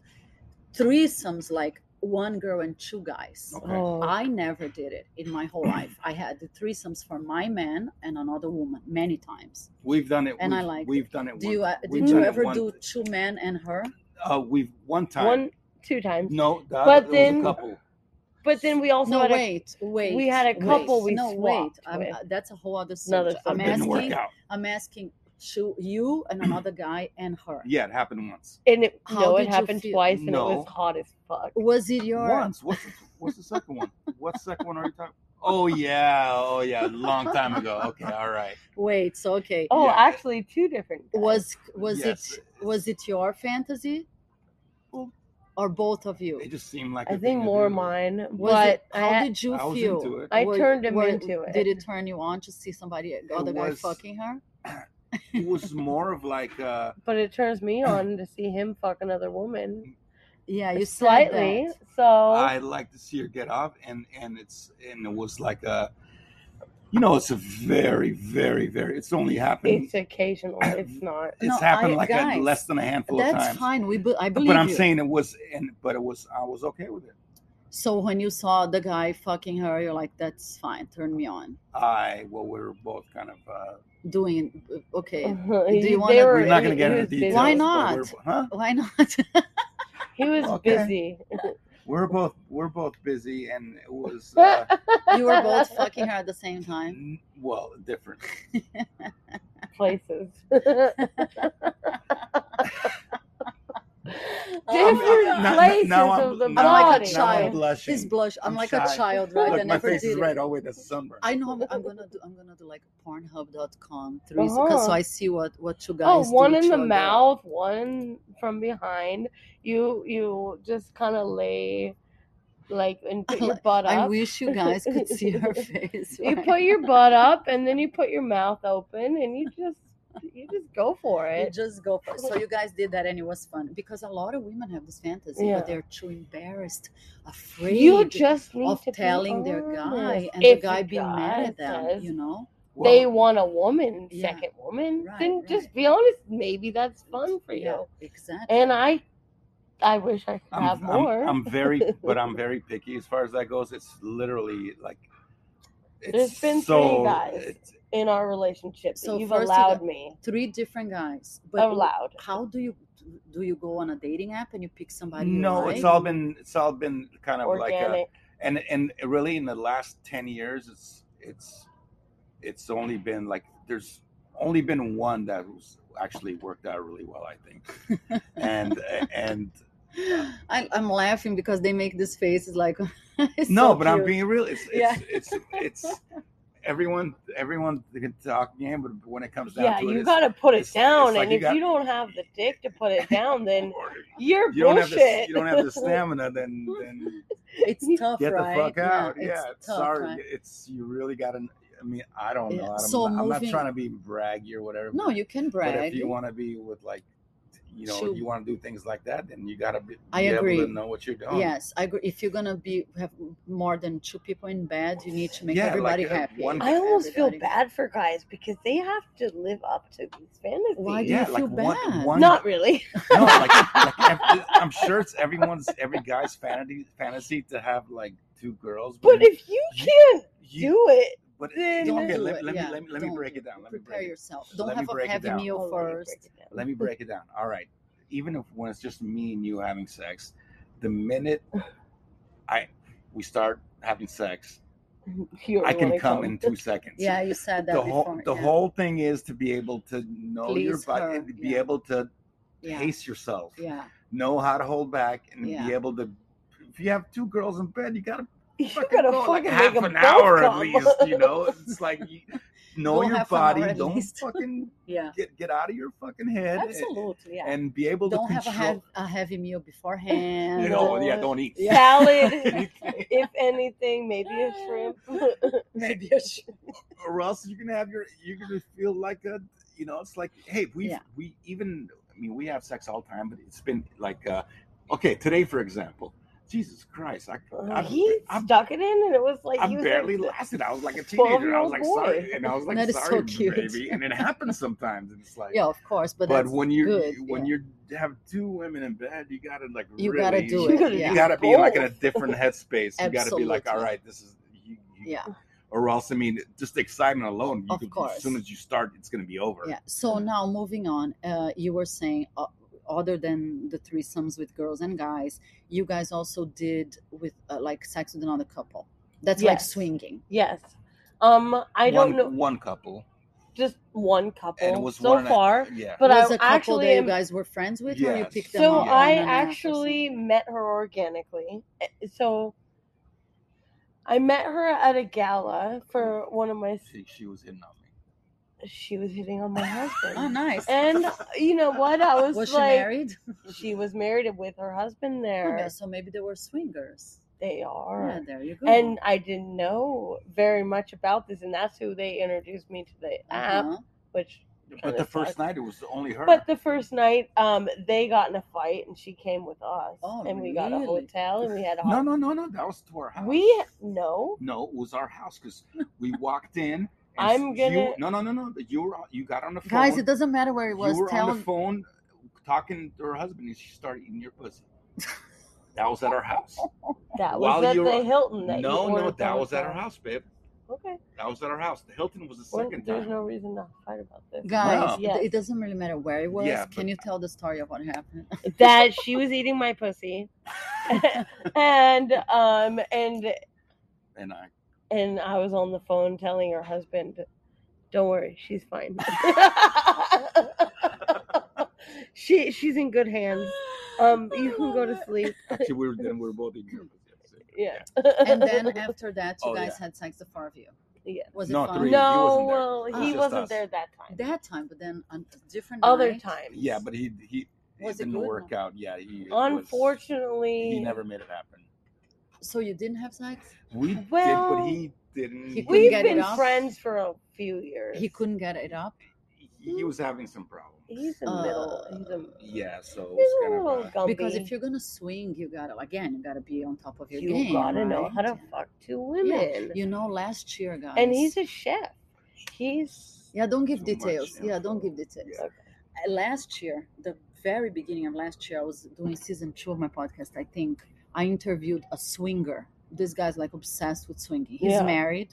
A: threesomes like one girl and two guys.
B: Okay.
C: Oh,
A: I never did it in my whole life. I had the threesomes for my man and another woman many times.
B: we've done it.
A: and
B: we've,
A: I like
B: We've done it.
A: Do
B: one,
A: you uh,
B: we've
A: did you
B: done it
A: ever
B: one-
A: do two men and her?
B: Uh, we've one time.
C: one, two times.
B: No, the
C: But
B: other,
C: then-
B: it was a couple.
C: But then we also
A: No,
C: had
A: wait, wait.
C: we had a
A: wait.
C: couple we
A: no, wait.
C: swapped
A: I'm, uh,
C: with.
A: that's a whole other
C: Another
A: subject. I'm
B: It didn't work
A: asking.
B: out.
A: I'm asking to you and another guy and her.
B: Yeah, it happened once.
C: a, and it,
A: How
C: no,
A: did
C: it
A: you
C: happened
A: feel?
C: twice, and it
B: No.
C: was hot as fuck.
A: Was it your?
B: Once. What's the, what's the second one? What second one are you talking? Oh yeah, oh yeah, long time ago. Okay, all right.
A: Wait. So okay.
C: Oh,
B: Yeah.
C: actually, two different. guys.
A: Was was
B: Yes.
A: it was it your fantasy,
B: Well-
A: or both of you?
B: It just seemed like
C: I
B: a thing
C: think
B: to
C: more
B: do.
C: mine,
A: Was
C: but
A: it, how
C: I,
A: did you
B: I was
A: feel?
B: into it.
C: I turned him into it.
A: Did it turn you on to see somebody, the other guy
B: was-
A: fucking her?
B: It was more of like uh,
C: but it turns me on to see him fuck another woman
A: Yeah, you said that.
C: slightly. So
B: I like to see her get off, and and it's and it was like a, you know, it's a very very very. It's only happened.
C: it's occasional. It's not.
B: It's
A: No,
B: happened
A: I-
B: like
A: guys,
B: a, less than a handful of
A: That's
B: times.
A: fine. We, be, I believe
B: But I'm
A: you.
B: saying it was, and but it was. I was okay with it.
A: So when you saw the guy fucking her, you're like, "That's fine. Turn me on."
B: I well, we were both kind of. Uh,
A: Doing okay.
C: Do
A: you wanna-
B: we're not going to get
C: he
B: into
C: was
B: details.
C: busy.
A: Why
B: but
A: not?
B: we're- huh?
A: Why not?
C: He was
B: Okay.
C: busy.
B: We're both we're both busy, and it was uh,
A: You were both fucking her at the same time.
B: n- well different.
C: places.
A: I'm-
C: Different
B: Now-
C: places
B: now I'm-
C: of the
B: now
A: I'm
C: body.
A: like a
B: now I'm
A: child.
B: blushing.
A: She's blush. I'm,
B: I'm
A: like
B: shy.
A: a child, right?
B: Look,
A: I
B: my
A: never
B: face
A: did
B: is
A: it.
B: red. all the way to sunburn.
A: I know I'm, I'm gonna do. I'm gonna do like Pornhub.com through because so
C: Uh-huh.
A: I see what what you guys.
C: Oh,
A: do
C: one in
A: each
C: the
A: other.
C: mouth, one from behind. You you just kind of lay like and put your butt
A: I
C: up.
A: wish you guys could see her face.
C: you
A: right?
C: put your butt up and then you put your mouth open and you just you just go for
A: You
C: it.
A: just go for it. So you guys did that and it was fun because a lot of women have this fantasy,
C: Yeah.
A: but they're too embarrassed, afraid
C: You just need
A: of
C: to be
A: telling their guy
C: honest.
A: and
C: If
A: the guy being mad
C: guy
A: at them,
C: says
A: you know?
C: they
B: Well,
C: want a woman,
A: Yeah.
C: second woman,
A: Right,
C: then
A: right.
C: just be honest. Maybe that's fun for
A: Yeah,
C: you.
A: Exactly.
C: And I, I wish I could
B: I'm,
C: have
B: I'm-
C: more.
B: I'm very, but I'm very picky as far as that goes. It's literally like it's
C: There's been
B: so,
C: three guys.
B: it's-
C: in our relationship that
A: So
C: you've
A: first you
C: allowed
A: got-
C: me.
A: Three different guys. But
C: Allowed.
A: how do you do you go on a dating app and you pick somebody? you
B: no,
A: like?
B: it's all been it's all been kind of like a,
C: Organic.
B: and and really in the last 10 years it's it's it's only been like there's only been one that was actually worked out really well i think and and
A: I, I'm laughing because they make this face is like it's
B: no
A: so
B: but i'm
A: cute.
B: being real it's it's
A: Yeah.
B: it's, it's everyone everyone can talk game but when it comes down
C: Yeah,
B: to it
C: you
B: it's-
C: gotta put it
B: it's-
C: down,
B: it's like
C: and
B: you
C: if
B: got-
C: you don't have the dick to put it down, then you're
B: you don't have
C: bullshit.
B: the, you don't have the stamina then then
A: it's tough,
B: get
A: right?
B: the fuck out yeah,
A: it's
B: it's
A: tough,
B: sorry
A: right?
B: it's you really gotta i mean i don't
A: Yeah,
B: know I'm,
A: so
B: I'm not
A: moving-
B: trying to be braggy or whatever
A: No,
B: but-
A: you can
B: But
A: brag.
B: if you want to be with like, you know,
A: Shoot.
B: you want to do things like that, then you gotta be,
A: I
B: be able
A: agree.
B: to know what you're doing.
A: Yes, I agree. If you're gonna be have more than two people in bed, you need to make
B: Yeah, like,
A: everybody
B: uh,
A: happy.
B: one-
C: I almost feel
A: Everybody.
C: bad for guys because they have to live up to these fantasies.
A: Why do
B: Yeah,
A: you
B: like
A: feel
B: one,
A: bad?
B: one
C: Not really.
B: no, like, like ev- uh, I'm sure it's everyone's every guy's fantasy fantasy to have like two girls.
C: But if you
B: You-
C: can't
B: you,
C: do it,
B: but
C: then-
B: okay,
A: Don't do
B: let,
A: it,
B: let
A: yeah,
B: me let me let me
A: don't
B: break
A: do
B: it down. Let me
A: Prepare
B: break it.
A: yourself. Don't
B: Let me
A: have a
B: break it
A: heavy
B: down.
A: meal
C: I'll let you
A: first.
C: break it down.
B: Let me break it down. All right, even if when it's just me and you having sex, the minute I we start having sex,
C: You
B: I
C: already
B: can
C: wanna
B: come in two seconds.
A: Yeah, you said that
B: the
A: before.
B: whole the
A: yeah.
B: whole thing is to be able to know your
A: Please
B: body
A: her,
B: and be
A: yeah.
B: able to
A: yeah.
B: pace yourself
A: yeah.
B: know how to hold back and
A: Yeah.
B: be able to if you have two girls in bed you gotta
C: You
B: fucking
C: gotta
B: go like
C: fucking
B: half
C: make
B: an
C: 'em
B: hour
C: both
B: at
C: come.
B: least you know it's like you
A: Go
B: know your
A: half an hour
B: body
A: at
B: don't
A: least.
B: fucking
A: Yeah.
B: get get out of your fucking head and-
C: Absolutely, yeah.
B: and be able
A: Don't
B: to
A: have a,
B: control
A: hev- a heavy meal beforehand.
B: you know yeah don't eat
A: Yeah.
C: Salad, if anything, maybe a shrimp.
A: Maybe I should.
B: or else you're gonna have your you're gonna feel like a you know it's like hey we
A: Yeah.
B: have we even i mean we have sex all the time but it's been like uh okay today for example jesus christ i
C: Uh,
B: I'm-
C: he
B: I'm-
C: stuck it in, and it was like
B: i
C: he was
B: barely
C: like,
B: lasted i was like a teenager i was
C: 12-year-old
B: like
C: boy.
B: sorry and i was like
A: That is so
B: sorry
A: cute.
B: baby and it happens sometimes and it's like
A: Yeah, of course, but,
B: but,
A: that's
B: when you
A: good,
B: when
A: yeah.
B: you have two women in bed you gotta like
A: You
B: really,
A: gotta do
C: You it, gotta
B: you
C: yeah. do
B: gotta be like in a
C: both.
B: different headspace you gotta be like all
A: Absolutely.
B: right this is you, you
A: yeah,
B: or else I mean, just the excitement alone. You
A: Of
B: could,
A: course.
B: as soon as you start, it's going to be over.
A: yeah. So now moving on, uh, you were saying uh, other than the threesomes with girls and guys, you guys also did with uh, like sex with another couple. That's like
C: Yes.
A: swinging.
C: yes. Um, I don't
B: One-
C: know,
B: One couple,
C: just one couple
B: and it was
C: so
B: one and a-
C: far,
B: yeah,
C: but
A: was
C: I
A: a couple
C: actually
A: that you
C: am-
A: guys were friends with, or you
B: Yes.
A: picked them
C: so
A: up on
C: I
A: an app or
C: actually met her organically. Eh, So I met her at a gala for one of my.
B: she, she was hitting on me.
C: She was hitting on my
A: something?
C: husband,
A: Oh, nice.
C: and uh, you know what? I was,
A: was she
C: like,
A: married? Oh,
C: she was married with her husband there.
A: Okay, so maybe they were swingers.
C: They are.
A: Yeah, there you go.
C: and I didn't know very much about this, and that's who they introduced me to the app,
A: Uh-huh.
C: which.
B: But
C: kinda
B: the first
C: sucked.
B: night, it was only her.
C: But the first night, um, they got in a fight, and she came with us,
A: Oh,
C: and we got a
A: really?
C: hotel, and we had a
B: no,
C: hot-
B: no, no, no. That was to our house.
C: We no,
B: no, it was our house because we walked in. And
C: I'm
B: you-
C: gonna-
B: no, no, no, no. You were on- you got on the phone.
A: Guys, it doesn't matter where it was.
B: you were
A: Tell
B: on the phone talking to her husband, and she started eating your pussy. That was at our house.
C: that was
B: While
C: at
B: you were-
C: the Hilton. That you
B: no, no,
C: ordered
B: that
C: from
B: was at
C: us.
B: our house, babe.
C: okay.
B: I was at our house. The Hilton was the
C: Well,
B: second
C: there's
B: time.
C: no reason to fight about this.
A: Guys,
C: Wow.
A: it, it doesn't really matter where it was.
B: Yeah,
A: Can
B: but-
A: you tell the story of what happened?
C: that she was eating my pussy, and um, and
B: and I
C: and I was on the phone telling her husband, "Don't worry, she's fine. she she's in good hands. Um, you can go to sleep."
B: actually we were then we were both in Europe.
C: Yeah.
A: And then after that, you
B: Oh,
A: guys had sex the four of you.
C: Yeah.
A: Was it
B: No,
A: fun?
B: three. He
C: no,
B: wasn't there.
C: well,
A: It was
C: he
B: just
C: wasn't
B: us.
C: there that time.
A: That time, but then on a different
C: Other
A: night,
C: times.
B: Yeah, but he he
A: Was
B: it
A: it
B: didn't
A: good?
B: work out. Yeah, he it was-
C: Unfortunately,
B: he never made it happen.
A: So you didn't have sex.
B: We did,
C: Well,
B: but he didn't.
A: he couldn't
C: We've
A: get it
C: been
A: off.
C: friends for a few years.
A: He couldn't get it up.
B: he, he was having some problems.
C: He's a middle. He's a.
B: yeah, so it
C: He's
B: was
C: a
B: kind
C: little
B: of. a-
C: gumpy.
A: uh, Because if you're gonna swing, you gotta again, you gotta be on top of your
C: you
A: game.
C: gotta know
A: right?
C: how to fuck two
A: Yeah.
C: women,
A: You know, last year, guys.
C: and he's a chef. He's
A: yeah. Don't give
B: Too much
A: details. Yeah, don't
B: info.
A: give details.
B: Yeah.
C: Okay.
A: Uh, Last year, the very beginning of last year, I was doing season two of my podcast. I think I interviewed a swinger. This guy's like obsessed with swinging. He's
C: Yeah.
A: married.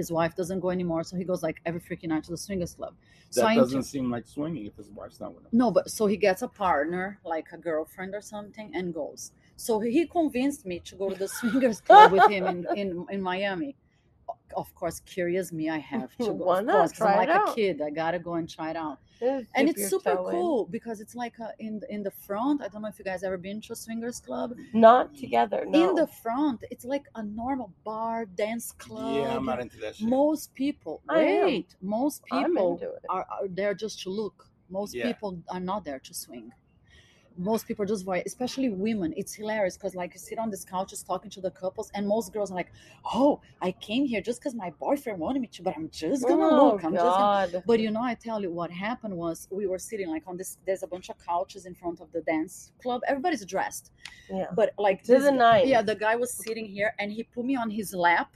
A: His wife doesn't go anymore, so he goes like every freaking night to the swingers club.
B: That
A: so I
B: doesn't
A: inter-
B: seem like swinging if his wife's not with him.
A: No, but so he gets a partner, like a girlfriend or something, and goes. So he convinced me to go to the swingers club with him in, in, in Miami. Of course, curious me, I have to go.
C: Why
A: of
C: not?
A: course, 'cause
C: Try
A: I'm
C: it
A: like
C: out.
A: a kid. I gotta go and try it out.
C: he'll
A: And
C: dip
A: it's
C: your
A: super
C: toe in.
A: cool because it's like a, in in the front. I don't know if you guys ever been to a swingers club.
C: Not together. No.
A: In the front, it's like a normal bar dance club.
B: Yeah, I'm not into that shit.
A: most people
C: I am.
A: wait. Most
C: I'm
A: people
C: into it.
A: are, are there just to look. Most
B: Yeah.
A: people are not there to swing. Most people just voy, especially women. It's hilarious because like you sit on these couches talking to the couples, and most girls are like, "Oh, I came here just because my boyfriend wanted me to, but I'm just gonna
C: oh,
A: look. I'm just." Gonna...
C: God.
A: But you know, I tell you what happened was we were sitting like on this. There's a bunch of couches in front of the dance club. Everybody's dressed,
C: Yeah.
A: but like
C: To the
A: guy-
C: night.
A: yeah, the guy was sitting here and he put me on his lap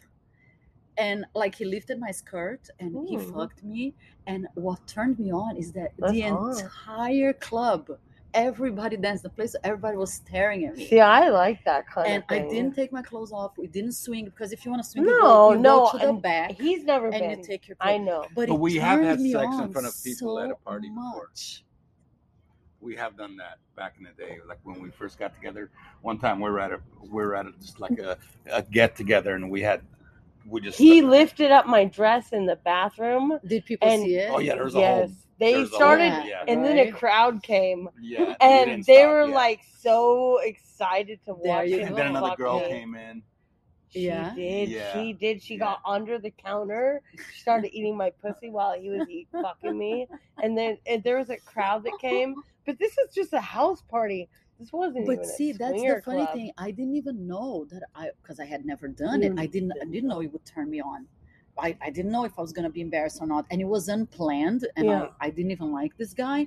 A: and like he lifted my skirt and he
C: Ooh.
A: fucked me. And what turned me on is that
C: That's
A: the
C: hot.
A: entire club, everybody danced the place, everybody was staring at me.
C: See, I like that kind
A: and
C: of
A: I
C: thing.
A: didn't take my clothes off. We didn't swing because if you want to swing, you
C: No,
A: go, you
C: no.
A: go to the
C: and
A: back
C: He's never
A: and
C: been.
A: you take your
C: I
A: clothes.
C: know.
A: But
B: But
A: it
B: we have
A: turned
B: had
A: me
B: sex in
A: on
B: front of people at a
A: so
B: party before.
A: much.
B: we have done that back in the day like when we first got together one time we were at a we were at a, just like a, a get together and we had we just
C: He lifted up my dress in the bathroom.
A: Did people
C: And-
A: see it?
B: oh yeah there's a
C: yes,
B: whole
C: they
B: there's a whole-
C: started,
B: yeah
C: and then a
A: right?
C: crowd came,
B: yeah we
C: and
B: didn't
C: they
B: stop,
C: were
B: yeah.
C: like so excited to
A: There
C: watch
A: you
C: him.
B: and then another
C: fuck
B: girl
C: me.
B: came in
C: She
A: Yeah.
C: did.
B: Yeah.
C: She did. She got under the counter. She started eating my pussy while he was eat, fucking me. And then and there was a crowd that came. But this is just a house party. This wasn't. even
A: but
C: a
A: see that's
C: swinger
A: the funny
C: club.
A: thing i didn't even know that i because i had never done it i didn't i didn't know it would turn me on I, I didn't know if i was going to be embarrassed or not and it was unplanned and
C: Yeah.
A: I, I didn't even like this guy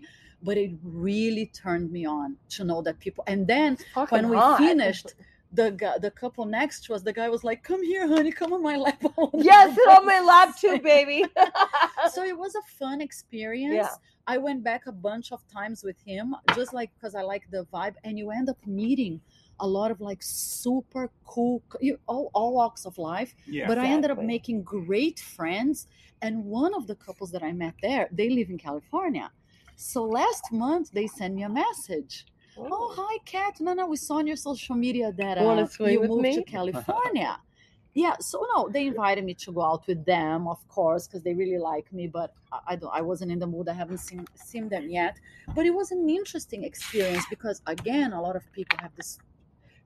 A: but it really turned me on to know that people and then
C: Fucking
A: when we
C: hot.
A: finished the guy, the couple next to us the guy was like come here honey come on my lap I wanna
C: Yes,
A: do
C: sit on my lap too,
A: this."
C: baby.
A: so it was a fun experience.
C: Yeah.
A: I went back a bunch of times with him, just like because I like the vibe, and you end up meeting a lot of like super cool, you, all, all walks of life.
B: yeah
A: But I ended up
C: Exactly.
A: making great friends, and one of the couples that I met there, they live in California. So last month they sent me a message. Oh hi, Kat. No, no, we saw on your social media that
C: You wanna
A: uh,
C: swing
A: you
C: with
A: moved to
C: me?
A: California. yeah, so no, they invited me to go out with them, of course, because they really like me. But I, I don't, I wasn't in the mood. I haven't seen seen them yet. But it was an interesting experience because again, a lot of people have this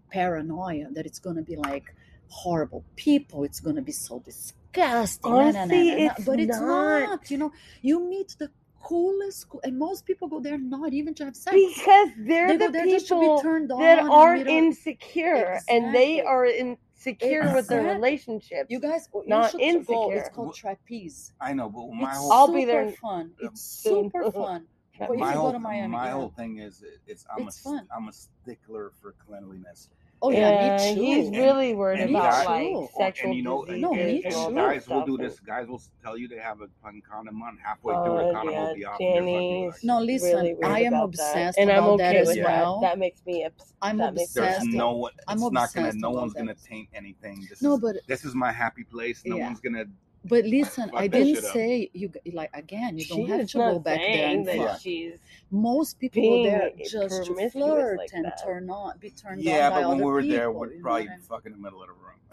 A: paranoia that it's going to be like horrible people. It's going to be so disgusting. na, na, na,
C: Honestly,
A: na, na.
C: it's
A: but it's
C: not.
A: not. You know, you meet the coolest, cool, and most people go there not even to have sex
C: because they're
A: they
C: the
A: go there just to be
C: people
A: turned on
C: that
A: and
C: are
A: you
C: not
A: don't-
C: insecure, and they
A: Exactly.
C: are insecure with their
A: Exactly.
C: relationships.
A: you guys oh, you
C: not
A: should to go
C: insecure.
A: it's called trapeze
B: i know but my
A: it's
B: whole
C: I'll be
A: super
C: there
A: fun it's
C: soon.
A: super fun
C: Yeah,
A: But you
B: my
A: should
B: whole,
A: go to Miami.
B: my
A: yeah.
B: whole thing is it's i'm
A: It's
B: a
A: fun.
B: am a stickler for cleanliness
A: oh yeah, me
C: Yeah,
A: too
C: he's really worried
A: and
C: about
B: guys-
C: like
A: too.
C: sexual
B: and you know and,
C: diseases
A: No,
B: and-
A: me
C: and all
A: too.
B: and
C: that
B: guys will
C: stuff.
B: do this guys will tell you they have a fucking condom on halfway through
C: Oh,
B: the condom
C: yeah,
B: will be off and they're fucking
C: Denny's.
B: like-
A: no listen
C: Really weird
A: i am
C: about
A: obsessed
C: that. and
A: about
C: I'm okay
A: that as
C: with
A: well
C: that. That makes me. Ups-
A: I'm
C: that makes me
B: there's
A: obsessed.
B: no one
A: I'm
B: it's not gonna
A: obsessed
B: no
A: about
B: one's
A: that.
B: gonna taint anything this
A: no
B: is
A: but
B: this is my happy place. No
A: Yeah.
B: one's gonna
A: But listen,
B: Fuck
A: I
B: that
A: didn't
B: shit up.
A: say you g- like again. You don't
C: She
A: have
C: is
A: to go
C: not
A: back there.
C: saying
A: And
C: that
A: flirt.
C: she's
A: Most people
C: being
A: were there just to
C: promiscuous
A: flirt
C: like
A: and
C: that.
A: turn on, be turned
B: yeah,
A: on by
B: but when
A: other
B: we were
A: people.
B: there, we're
A: you know
B: probably
A: what I mean?
B: fucking in the middle of the room.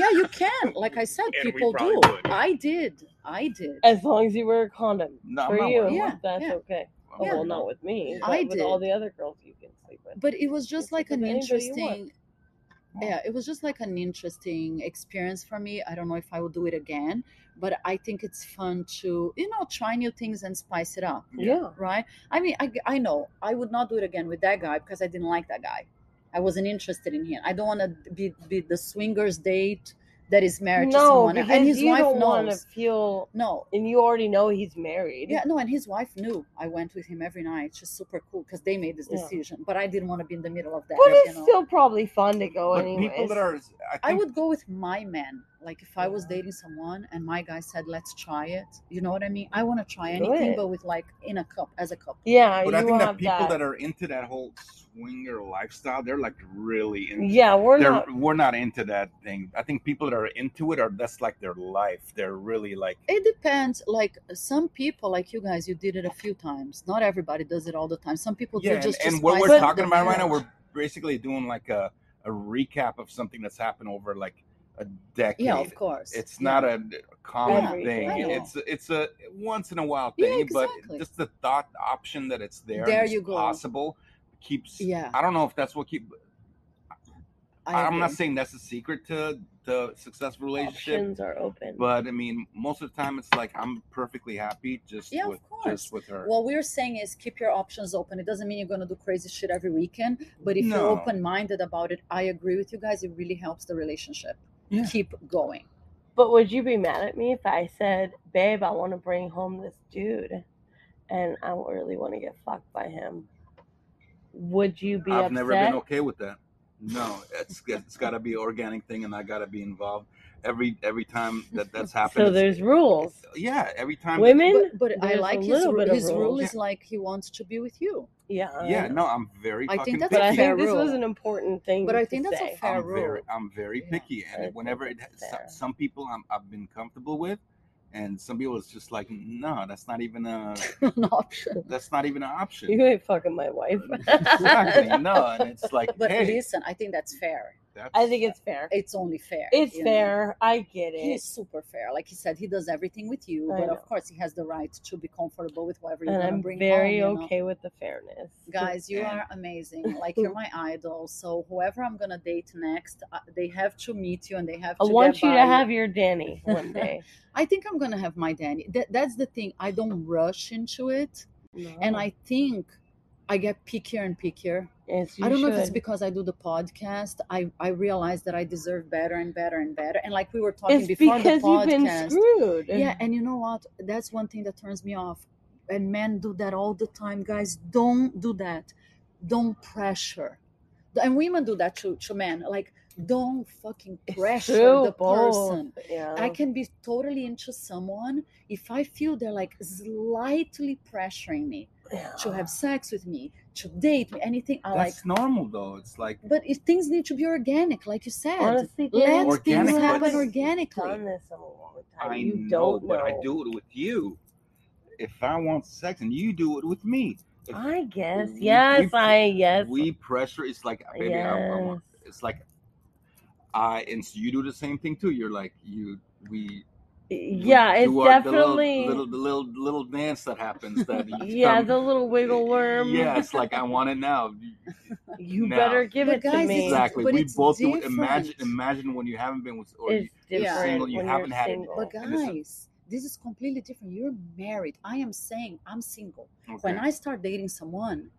A: Yeah, you can. Like I said,
B: And we
A: people do.
B: probably would.
A: I did. I did.
C: as long as you wear a condom
B: No, I'm
C: for
B: not
C: you,
B: wearing one.
A: Yeah,
C: that's
A: yeah.
C: okay.
B: I'm
C: Oh,
A: Yeah.
C: well, not with me.
A: I
C: but With all
A: did.
C: the other girls you can sleep with.
A: but it was just
C: It's
A: like
C: with
A: an
C: anybody you want.
A: interesting yeah it was just like an interesting experience for me i don't know if i will do it again but i think it's fun to you know try new things and spice it up
C: Yeah.
A: right i mean i, I know i would not do it again with that guy because i didn't like that guy i wasn't interested in him i don't want to be, be the swingers date that is married to
C: No,
A: someone
C: because
A: else. and his
C: you
A: wife
C: don't want to
A: knows
C: feel,
A: no
C: and you already know he's married.
A: yeah no and his wife knew i went with him every night she's super cool because they made this
C: Yeah.
A: decision but i didn't want to be in the middle of that
C: But
A: you
C: it's
A: know?
C: still probably fun to go
B: But
C: anyways.
B: people that are, I, think,
A: I would go with my man. Like if I was
C: Yeah.
A: dating someone and my guy said, "Let's try it," you know what I mean? I want to try
C: Do
A: anything,
C: it.
A: but with like in a cup as a couple.
C: yeah,
B: But
C: you
B: I think that
C: have
B: people that.
C: that.
B: are into that whole swinger lifestyle, they're like really into.
C: yeah, we're
B: They're,
C: not.
B: we're not into that thing. I think people that are into it are that's like their life. They're really like
A: It depends. Like some people, like you guys, you did it a few times. Not everybody does it all the time. Some people
B: yeah.
A: do
B: And,
A: just. to
B: and what
A: spice
B: we're
A: up
B: talking
A: the
B: about right now,
A: marriage.
B: we're basically doing like a, a recap of something that's happened over like a decade.
A: yeah, of course.
B: It's
A: Yeah.
B: not a common
A: Yeah,
B: thing.
A: I know.
B: It's it's a once in a while
A: Yeah,
B: thing, but
A: exactly.
B: just the thought option that it's there, and
A: There
B: it's
A: you go.
B: possible, keeps.
A: Yeah,
B: I don't know if that's what keep.
A: I
B: I am not
A: agree.
B: saying that's the secret to the successful relationship,
C: Options are open.
B: but I mean, most of the time it's like I'm perfectly happy just
A: Yeah, of
B: with
A: course.
B: just with her.
A: What we're saying is keep your options open. It doesn't mean you're going to do crazy shit every weekend, but if you're
B: No.
A: open minded about it, I agree with you guys. It really helps the relationship.
B: Yeah.
A: Keep going.
C: But would you be mad at me if I said, "Babe, I want to bring home this dude, and I really want to get fucked by him"? Would you be
B: I've
C: upset?
B: never been okay with that. No, it's it's got to be an organic thing, and I got to be involved every every time that that's happened.
C: so
B: it's-
C: there's rules.
B: yeah, every time.
C: Women,
A: But, but I
C: there's a
A: like his,
C: little
A: ru-
C: bit of
A: his rule
C: rules.
A: is like he wants to be with you.
C: yeah, I
B: yeah,
C: know.
B: no, I'm very.
A: I think
B: fucking
A: that's a
C: But I
B: picky.
A: fair
C: think this was
A: rule.
C: an important thing.
A: But I
C: to
A: think that's a
C: say.
A: fair
B: I'm very,
A: rule.
B: I'm very
A: Yeah.
B: picky,
C: I
B: and
C: think
B: whenever it,
C: that's
B: some,
C: fair.
B: some people I'm, I've been comfortable with, and some people it's just like, no, that's not even a,
A: An option.
B: that's not even an
C: You
B: option.
C: ain't fucking my wife.
B: exactly, no, and it's like,
A: But
B: hey,
A: listen, I think that's fair.
B: that's,
C: I think it's fair.
A: It's only fair.
C: It's
A: you know?
C: fair. I get it.
A: He's super fair. Like he said, he does everything with you,
C: I
A: but
C: know.
A: of course, he has the right to be comfortable with whatever you
C: and
A: want to
C: I'm
A: bring
C: very
A: home, you know?
C: okay with the fairness.
A: Guys, you
B: And-
A: are amazing. Like you're my idol. So whoever I'm gonna date next, uh, they have to meet you and they have
C: I
A: to.
C: want
A: get
C: you to
A: by
C: have your Danny one day.
A: I think I'm gonna have my Danny. That, that's the thing. I don't rush into it,
C: Oh.
A: and I think I get pickier and pickier.
C: Yes, you
A: I don't know if it's
C: should.
A: because I do the podcast. I I realize that I deserve better and better and better. And like we were talking
C: It's
A: before
C: because
A: the
C: you've
A: podcast,
C: been screwed.
A: yeah. And you know what? That's one thing that turns me off. And men do that all the time, guys. Don't do that. Don't pressure. And women do that to to men. Like don't fucking
C: It's
A: pressure
C: true,
A: the
C: both.
A: person.
C: Yeah.
A: I can be totally into someone if I feel they're like slightly pressuring me
C: yeah.
A: to have sex with me, to date me, anything. I like
B: that's normal though. It's like,
A: but if things need to be organic, like you said,
C: Honestly,
A: let
C: Danny,
B: Organic,
A: things
B: but-
A: happen
C: I've done
A: organically.
C: this a long time.
B: I
C: you
B: know,
C: don't know.
B: but I do it with you. If I want sex and you do it with me, if
C: I guess.
B: We-
C: Yes,
B: we-
C: I yes.
B: we pressure, it's like, baby, I, I want, it's like, I and so you do the same thing too. You're like, you, we
C: yeah, it's
B: do our- the little-
C: definitely
B: little, the little, little, dance that happens. That you
C: yeah,
B: come-
C: the little wiggle worm.
B: Yeah, it's like I want it now.
C: you
B: now.
C: better give
A: But
C: it to
A: guys,
C: me.
A: it's-
B: Exactly.
A: but
B: we
A: it's
B: both do.
A: different.
B: Imagine, imagine when you haven't been with, or
C: It's
B: you,
C: different.
B: are single, you
C: when
B: haven't
C: you're
B: had
C: single.
A: But
B: And this is-
A: guys, this is completely different. You're married. I am saying I'm single.
B: it. Okay.
A: When I start dating someone,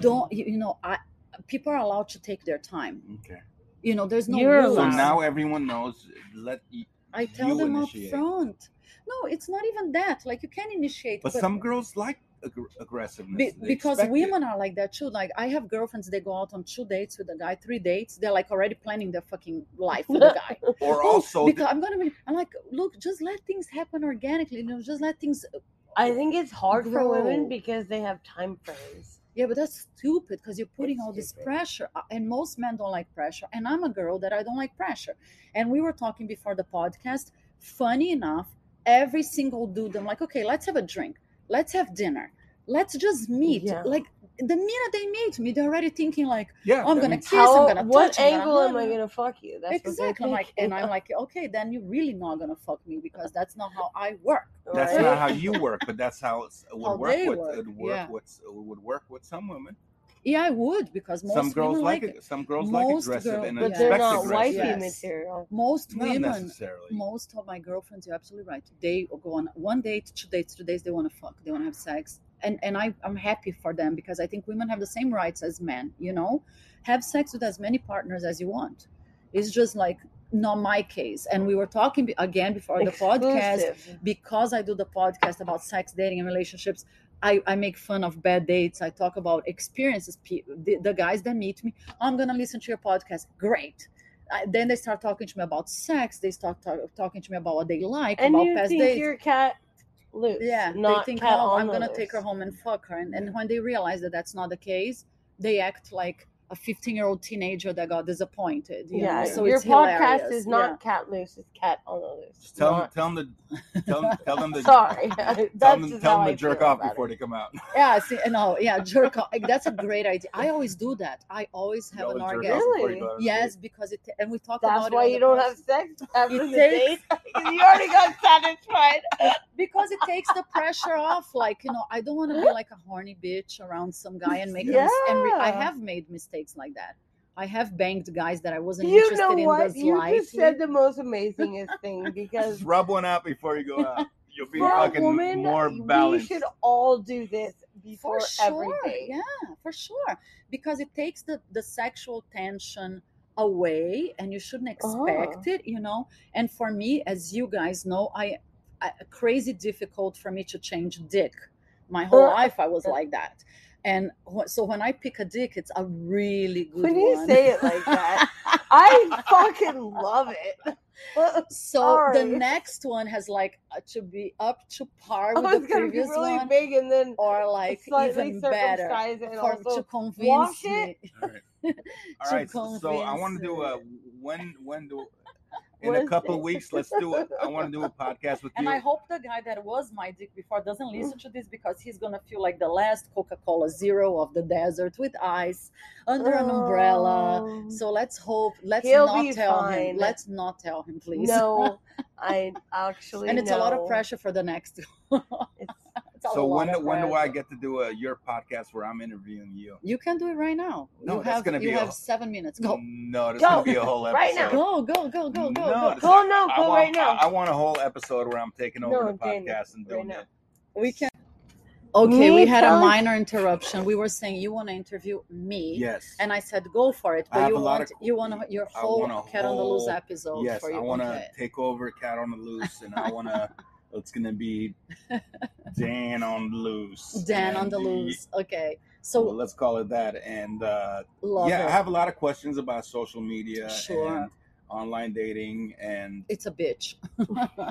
A: don't you, you know? I people are allowed to take their time.
B: okay.
A: You know, there's no
C: You're
A: rules.
B: So
C: allowed.
B: now everyone knows. Let e, you,
A: I tell
B: you
A: them
B: initiate.
A: up front. No, it's not even that. Like you can initiate,
B: But some girls like aggr-
A: Be-
B: aggressiveness. They
A: because
B: expect it.
A: women are like that too. Like I have girlfriends, they go out on two dates with a guy, three dates. They're like already planning their fucking life with the guy.
B: or
A: Oh,
B: also
A: because I'm gonna be, I'm like, look, just let things happen organically. You know, just let things.
C: I think it's hard for women
A: Grow.
C: because they have time frames.
A: Yeah, but that's stupid because you're putting
C: It's
A: all this
C: stupid.
A: pressure, Uh, and most men don't like pressure. And I'm a girl that I don't like pressure. And we were talking before the podcast. funny enough, every single dude, I'm like, okay, let's have a drink, let's have dinner, let's just meet.
C: Yeah.
A: Like the minute they meet me, they're already thinking like,
B: Yeah,
A: I'm
B: I
A: gonna
B: mean,
A: kiss, I'm gonna
C: what
A: touch,
C: angle
A: I'm
C: am
A: gonna,
C: I gonna fuck you? That's what they're
A: exactly. I'm like,
C: thinking.
A: and I'm like, okay, then you're really not gonna fuck me because that's not how I work.
B: that's
A: Right?
B: not how you work, but that's how it's- it would
A: How
B: work.
A: they
B: With,
A: work,
B: It would work
A: yeah.
B: with it would work with some women.
A: Yeah, I would because most
B: some girls
A: women
B: like it. Some girls like
A: Most
B: aggressive
A: girl-
B: and
A: But
C: but
B: expect
C: they're
A: expected
C: not
B: aggressive.
C: wifey
A: Yes.
C: material.
A: Most
B: Not
A: women,
B: necessarily.
A: most of my girlfriends, you're absolutely right. They go on one date, two dates, three days. They want to fuck. They want to have sex, and and I I'm happy for them because I think women have the same rights as men. You know, have sex with as many partners as you want. It's just like not my case. And we were talking be- again before the podcast
C: Exclusive.
A: because I do the podcast about sex, dating, and relationships, I, I make fun of bad dates. I talk about experiences. Pe- The, the guys that meet me, I'm going to listen to your podcast. Great. I, then they start talking to me about sex. They start ta- talking to me about what they like,
C: And
A: about
C: you
A: past
C: think
A: dates.
C: your cat loose?
A: yeah,
C: not
A: they think,
C: cat
A: oh,
C: on
A: I'm going to
C: loose.
A: take her home and fuck her. And, and when they realize that that's not the case, they act like a 15 year old teenager that got disappointed. You
C: yeah,
A: know? so
C: your
A: it's
C: podcast
A: hilarious.
C: is not
A: Yeah.
C: cat loose; it's cat on the loose.
B: Just tell them,
C: Not-
B: tell them to tell them, tell them to
C: Sorry,
B: Tell
C: that's
B: them,
C: just
B: tell
C: how
B: them
C: I
B: to jerk
C: feel
B: off
C: about
B: before
C: it.
B: they come out.
A: Yeah, see, no, yeah, jerk off. Like, That's a great idea. I always do that. I always
B: You
A: have an
B: always jerk off
A: orgasm.
B: before you
C: Really?
B: go to
A: Yes, because it and we talk about
C: That's
A: it
C: why
A: on
C: you
A: the
C: don't
A: pod-
C: have sex after
A: It
C: the date.
A: takes-
C: you already got satisfied.
A: because it takes the pressure off. Like you know, I don't want to be like a horny bitch around some guy and make a mis- and re- I
C: Yeah.
A: have made mistakes like that. I have banged guys that I wasn't
C: You
A: interested
C: know
A: in
C: what?
A: this
C: You
A: life.
C: just said the most amazingest thing
B: sleep.
C: because
B: Just rub one out before you go out. You'll be
C: for a
B: fucking
C: woman,
B: more
C: we
B: balanced.
C: should all do this
A: for
C: before every
A: sure
C: date.
A: yeah for sure because it takes the the sexual tension away and you shouldn't
C: Oh.
A: expect it you know and for me as you guys know i, I crazy difficult for me to change dick my whole
C: Uh,
A: life i was
C: uh.
A: like that and wh- so when i pick a dick it's a really good
C: When you
A: one.
C: say it like that, I fucking love it. I
A: so the
C: Sorry.
A: next one has like uh, to be up to par with
C: was
A: the
C: gonna be
A: previous
C: really
A: one
C: big and then
A: or like
C: slightly
A: even better
C: circumcised and
A: for, to
C: also
A: convince
C: wash
A: me
C: it.
B: All right. All right. So, so I want to do a
A: convince
B: when when do in a
C: Wednesday.
B: couple of weeks let's do it. I want to do a podcast with
A: And
B: you.
A: I hope the guy that was my dick before doesn't
C: Mm.
A: listen to this because he's gonna feel like the last Coca-Cola Zero of the desert with ice under an umbrella.
C: Um,
A: So let's hope. Let's
C: He'll be
A: not tell
C: fine.
A: him. Let's not tell him, please.
C: No, I actually.
A: and it's a lot
C: no.
A: of pressure for the next.
C: It's-
A: It's a
B: so
A: lot
B: when
A: of
B: when do I
A: pressure.
B: get to do a your podcast where I'm interviewing you?
A: You can do it right now.
B: No,
A: you
B: that's
A: have,
B: gonna be
A: you
B: a- Mm.
A: have seven minutes. Go,
B: No, there's
C: Go.
B: gonna be a whole episode.
C: Right now.
A: go, go, go, go, go,
B: No,
A: go.
B: it's-
C: Go no,
B: I
C: go
B: want,
C: right now.
B: I, I want a whole episode where I'm taking over
C: No,
B: the
C: Daniel,
B: podcast and doing it.
C: right now.
A: We can. Okay, we had a
C: Meantime-
A: minor interruption. We were saying you want to interview me.
B: Yes.
A: and I said go for it.
B: I
A: But
B: have
A: you
B: a lot
A: want
B: of-
A: you want your
B: I
A: whole
B: want a
A: cat on the loose
B: whole-
A: episode
B: yes,
A: for you.
B: I want to
A: Okay.
B: take over Cat on the Loose, and I want to. it's gonna be Dan on the Loose.
A: Dan on
B: and
A: the loose. Okay,
B: well,
A: so
B: let's call it that. And uh,
A: love
B: yeah, I
A: it.
B: have a lot of questions about social media
A: Sure.
B: and online dating, and
A: it's a bitch.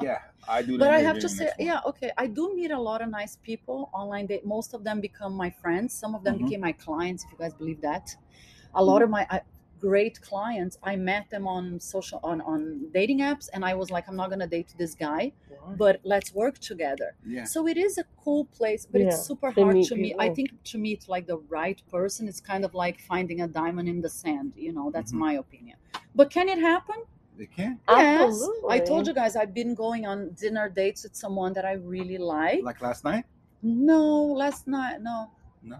B: yeah, I do. the
A: but I have
B: interviewing
A: to say,
B: next month.
A: yeah, okay. I do meet a lot of nice people online. They, most of them become my friends. Some of them
B: Mhm.
A: became my clients, if you guys believe that. A
B: Mm-hmm.
A: lot of my I, great clients, I met them on social on on dating apps, and I was like, I'm not gonna date this guy, but let's work together.
B: yeah.
A: So it is a cool place, but
C: Yeah,
A: it's super
C: to
A: hard
C: meet
A: to meet. I
C: people.
A: think to meet like the right person, it's kind of like finding a diamond in the sand. You know, that's
B: Mhm.
A: my opinion. But can it happen?
B: They can
A: Yes. I told
C: Absolutely.
A: you guys I've been going on dinner dates with someone that I really like.
B: like last night.
A: No, last night, no.
B: No.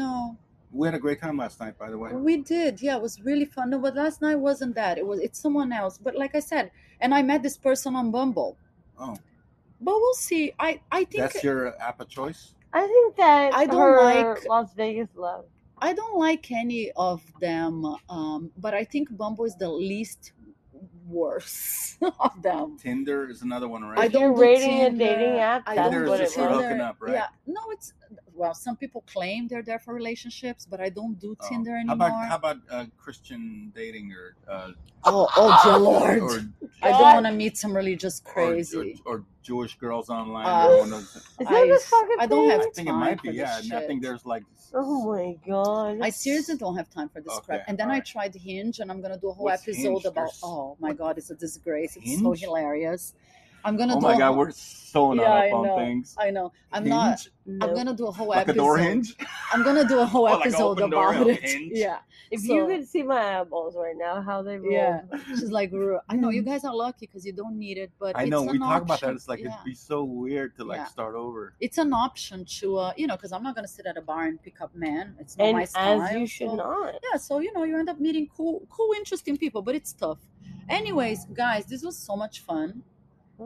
A: No.
B: We had a great time last night, by the way.
A: We did. Yeah, it was really fun. No, but last night wasn't that. It was it's someone else. But like I said, and I met this person on Bumble.
B: Oh,
A: But we'll see. I I think
B: that's your app of choice.
C: I think that
A: I don't
C: her
A: like-
C: Las Vegas love.
A: I don't like any of them, um, but I think Bumble is the least worse of them.
B: Tinder is another one, right?
A: I
C: If you're
A: don't do
C: rating a
A: Tinder.
C: dating app,
A: I
C: that's
A: don't
B: Tinder
A: do
B: is
C: what it
B: just for
C: was.
A: Tinder.
B: hooking up, right?
A: Yeah, no, it's well, some people claim they're there for relationships, but I don't do
B: Oh.
A: Tinder
B: How
A: anymore.
B: about how about uh, Christian dating or uh,
A: oh, oh, dear lord!
B: or
A: I don't
C: God.
A: want to meet some religious crazy.
B: Or, or, or Jewish girls online.
A: Uh,
B: that wanna-
C: Is that this fucking
A: I don't
C: thing?
B: I
A: have
B: think it
A: time
B: might
A: for this
B: be, yeah. And I
A: shit.
B: think there's like.
C: Oh my god.
A: I seriously don't have time for this
B: Okay,
A: crap. And then I
B: alright.
A: tried Hinge, and I'm gonna do a whole
B: What's
A: episode
B: Hinge?
A: about.
B: There's-
A: Oh my god, it's a disgrace! It's so
B: Hinge?
A: hilarious. I'm gonna.
B: Oh
A: do
B: my
A: a
B: god,
A: whole-
B: we're so not
A: Yeah, I
B: up on
A: know.
B: things.
A: I know. I'm not.
B: Hinge?
A: I'm
C: Nope.
A: gonna do a whole
B: Like a
A: episode.
B: door hinge?
A: I'm gonna do a whole
B: Or like an
A: episode
B: open door
A: about
B: on
A: it.
B: Hinge?
A: Yeah.
C: If
A: So-
C: you could see my eyeballs right now, how they roll.
A: Yeah. She's like, "Ruh, I know you
C: Mm.
A: guys are lucky because you don't need it, but
B: I
A: it's
B: know.
A: an
B: We talk about that.
A: option."
B: It's like,
A: Yeah.
B: it'd be so weird to like
A: Yeah.
B: start over.
A: it's an option to, uh, you know, because I'm not gonna sit at a bar and pick up men. It's not
C: And
A: my
C: as
A: style.
C: you should
A: so-
C: not.
A: yeah so you know you end up meeting cool cool interesting people but it's tough anyways guys this was so much fun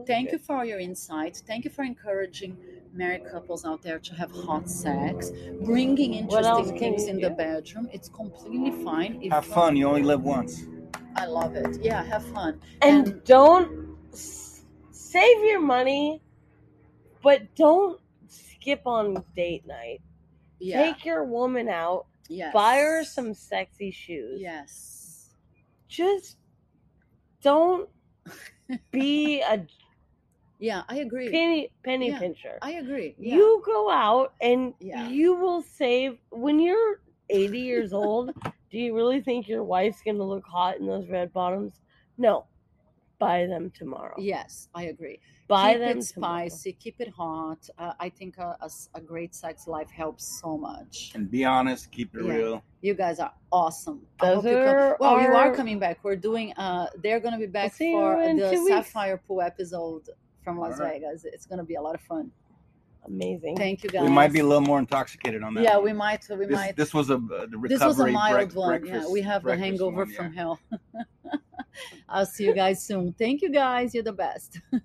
A: thank you for your insight thank you for encouraging married couples out there to have hot sex bringing
C: else
A: interesting
C: can
A: things
C: you
A: in the
C: do?
A: bedroom it's completely fine if
B: Have fun. You only live once.
A: i love it yeah have fun
C: And,
A: And-
C: don't s- save your money, but don't skip on date night.
A: yeah
C: Take your woman out.
A: yes.
C: Buy her some sexy shoes.
A: yes
C: Just don't be a
A: yeah i agree
C: penny penny
A: Yeah.
C: pincher.
A: i agree yeah.
C: You go out and
A: Yeah.
C: you will save when you're 80 years old. do you really think your wife's going to look hot in those red bottoms? No. Buy them tomorrow.
A: yes i agree
C: Buy
A: keep
C: them
A: it
C: tomorrow.
A: spicy, keep it hot. Uh, I think a, a s- a great sex life helps so much.
B: And be honest. Keep it
A: Yeah.
B: real.
A: You guys are awesome. I
C: Those
A: hope you come-
C: are
A: well, you are
C: our-
A: coming back. We're doing. Uh, they're gonna be back
C: see you
A: for
C: in
A: the
C: two weeks.
A: Sapphire Pool episode from Las
B: All right. Oh,
A: Vegas. It's gonna be a lot of fun.
C: Amazing.
A: Thank you guys.
B: We might be a little more intoxicated on that.
A: Yeah,
B: one.
A: we might. We
B: this,
A: might.
B: this was a uh, the recovery
A: This was a mild
B: break-
A: one. Yeah,
B: breakfast-
A: we have the
B: breakfast
A: hangover
B: one, yeah.
A: from hell. I'll see you guys soon. Thank you guys. You're the best.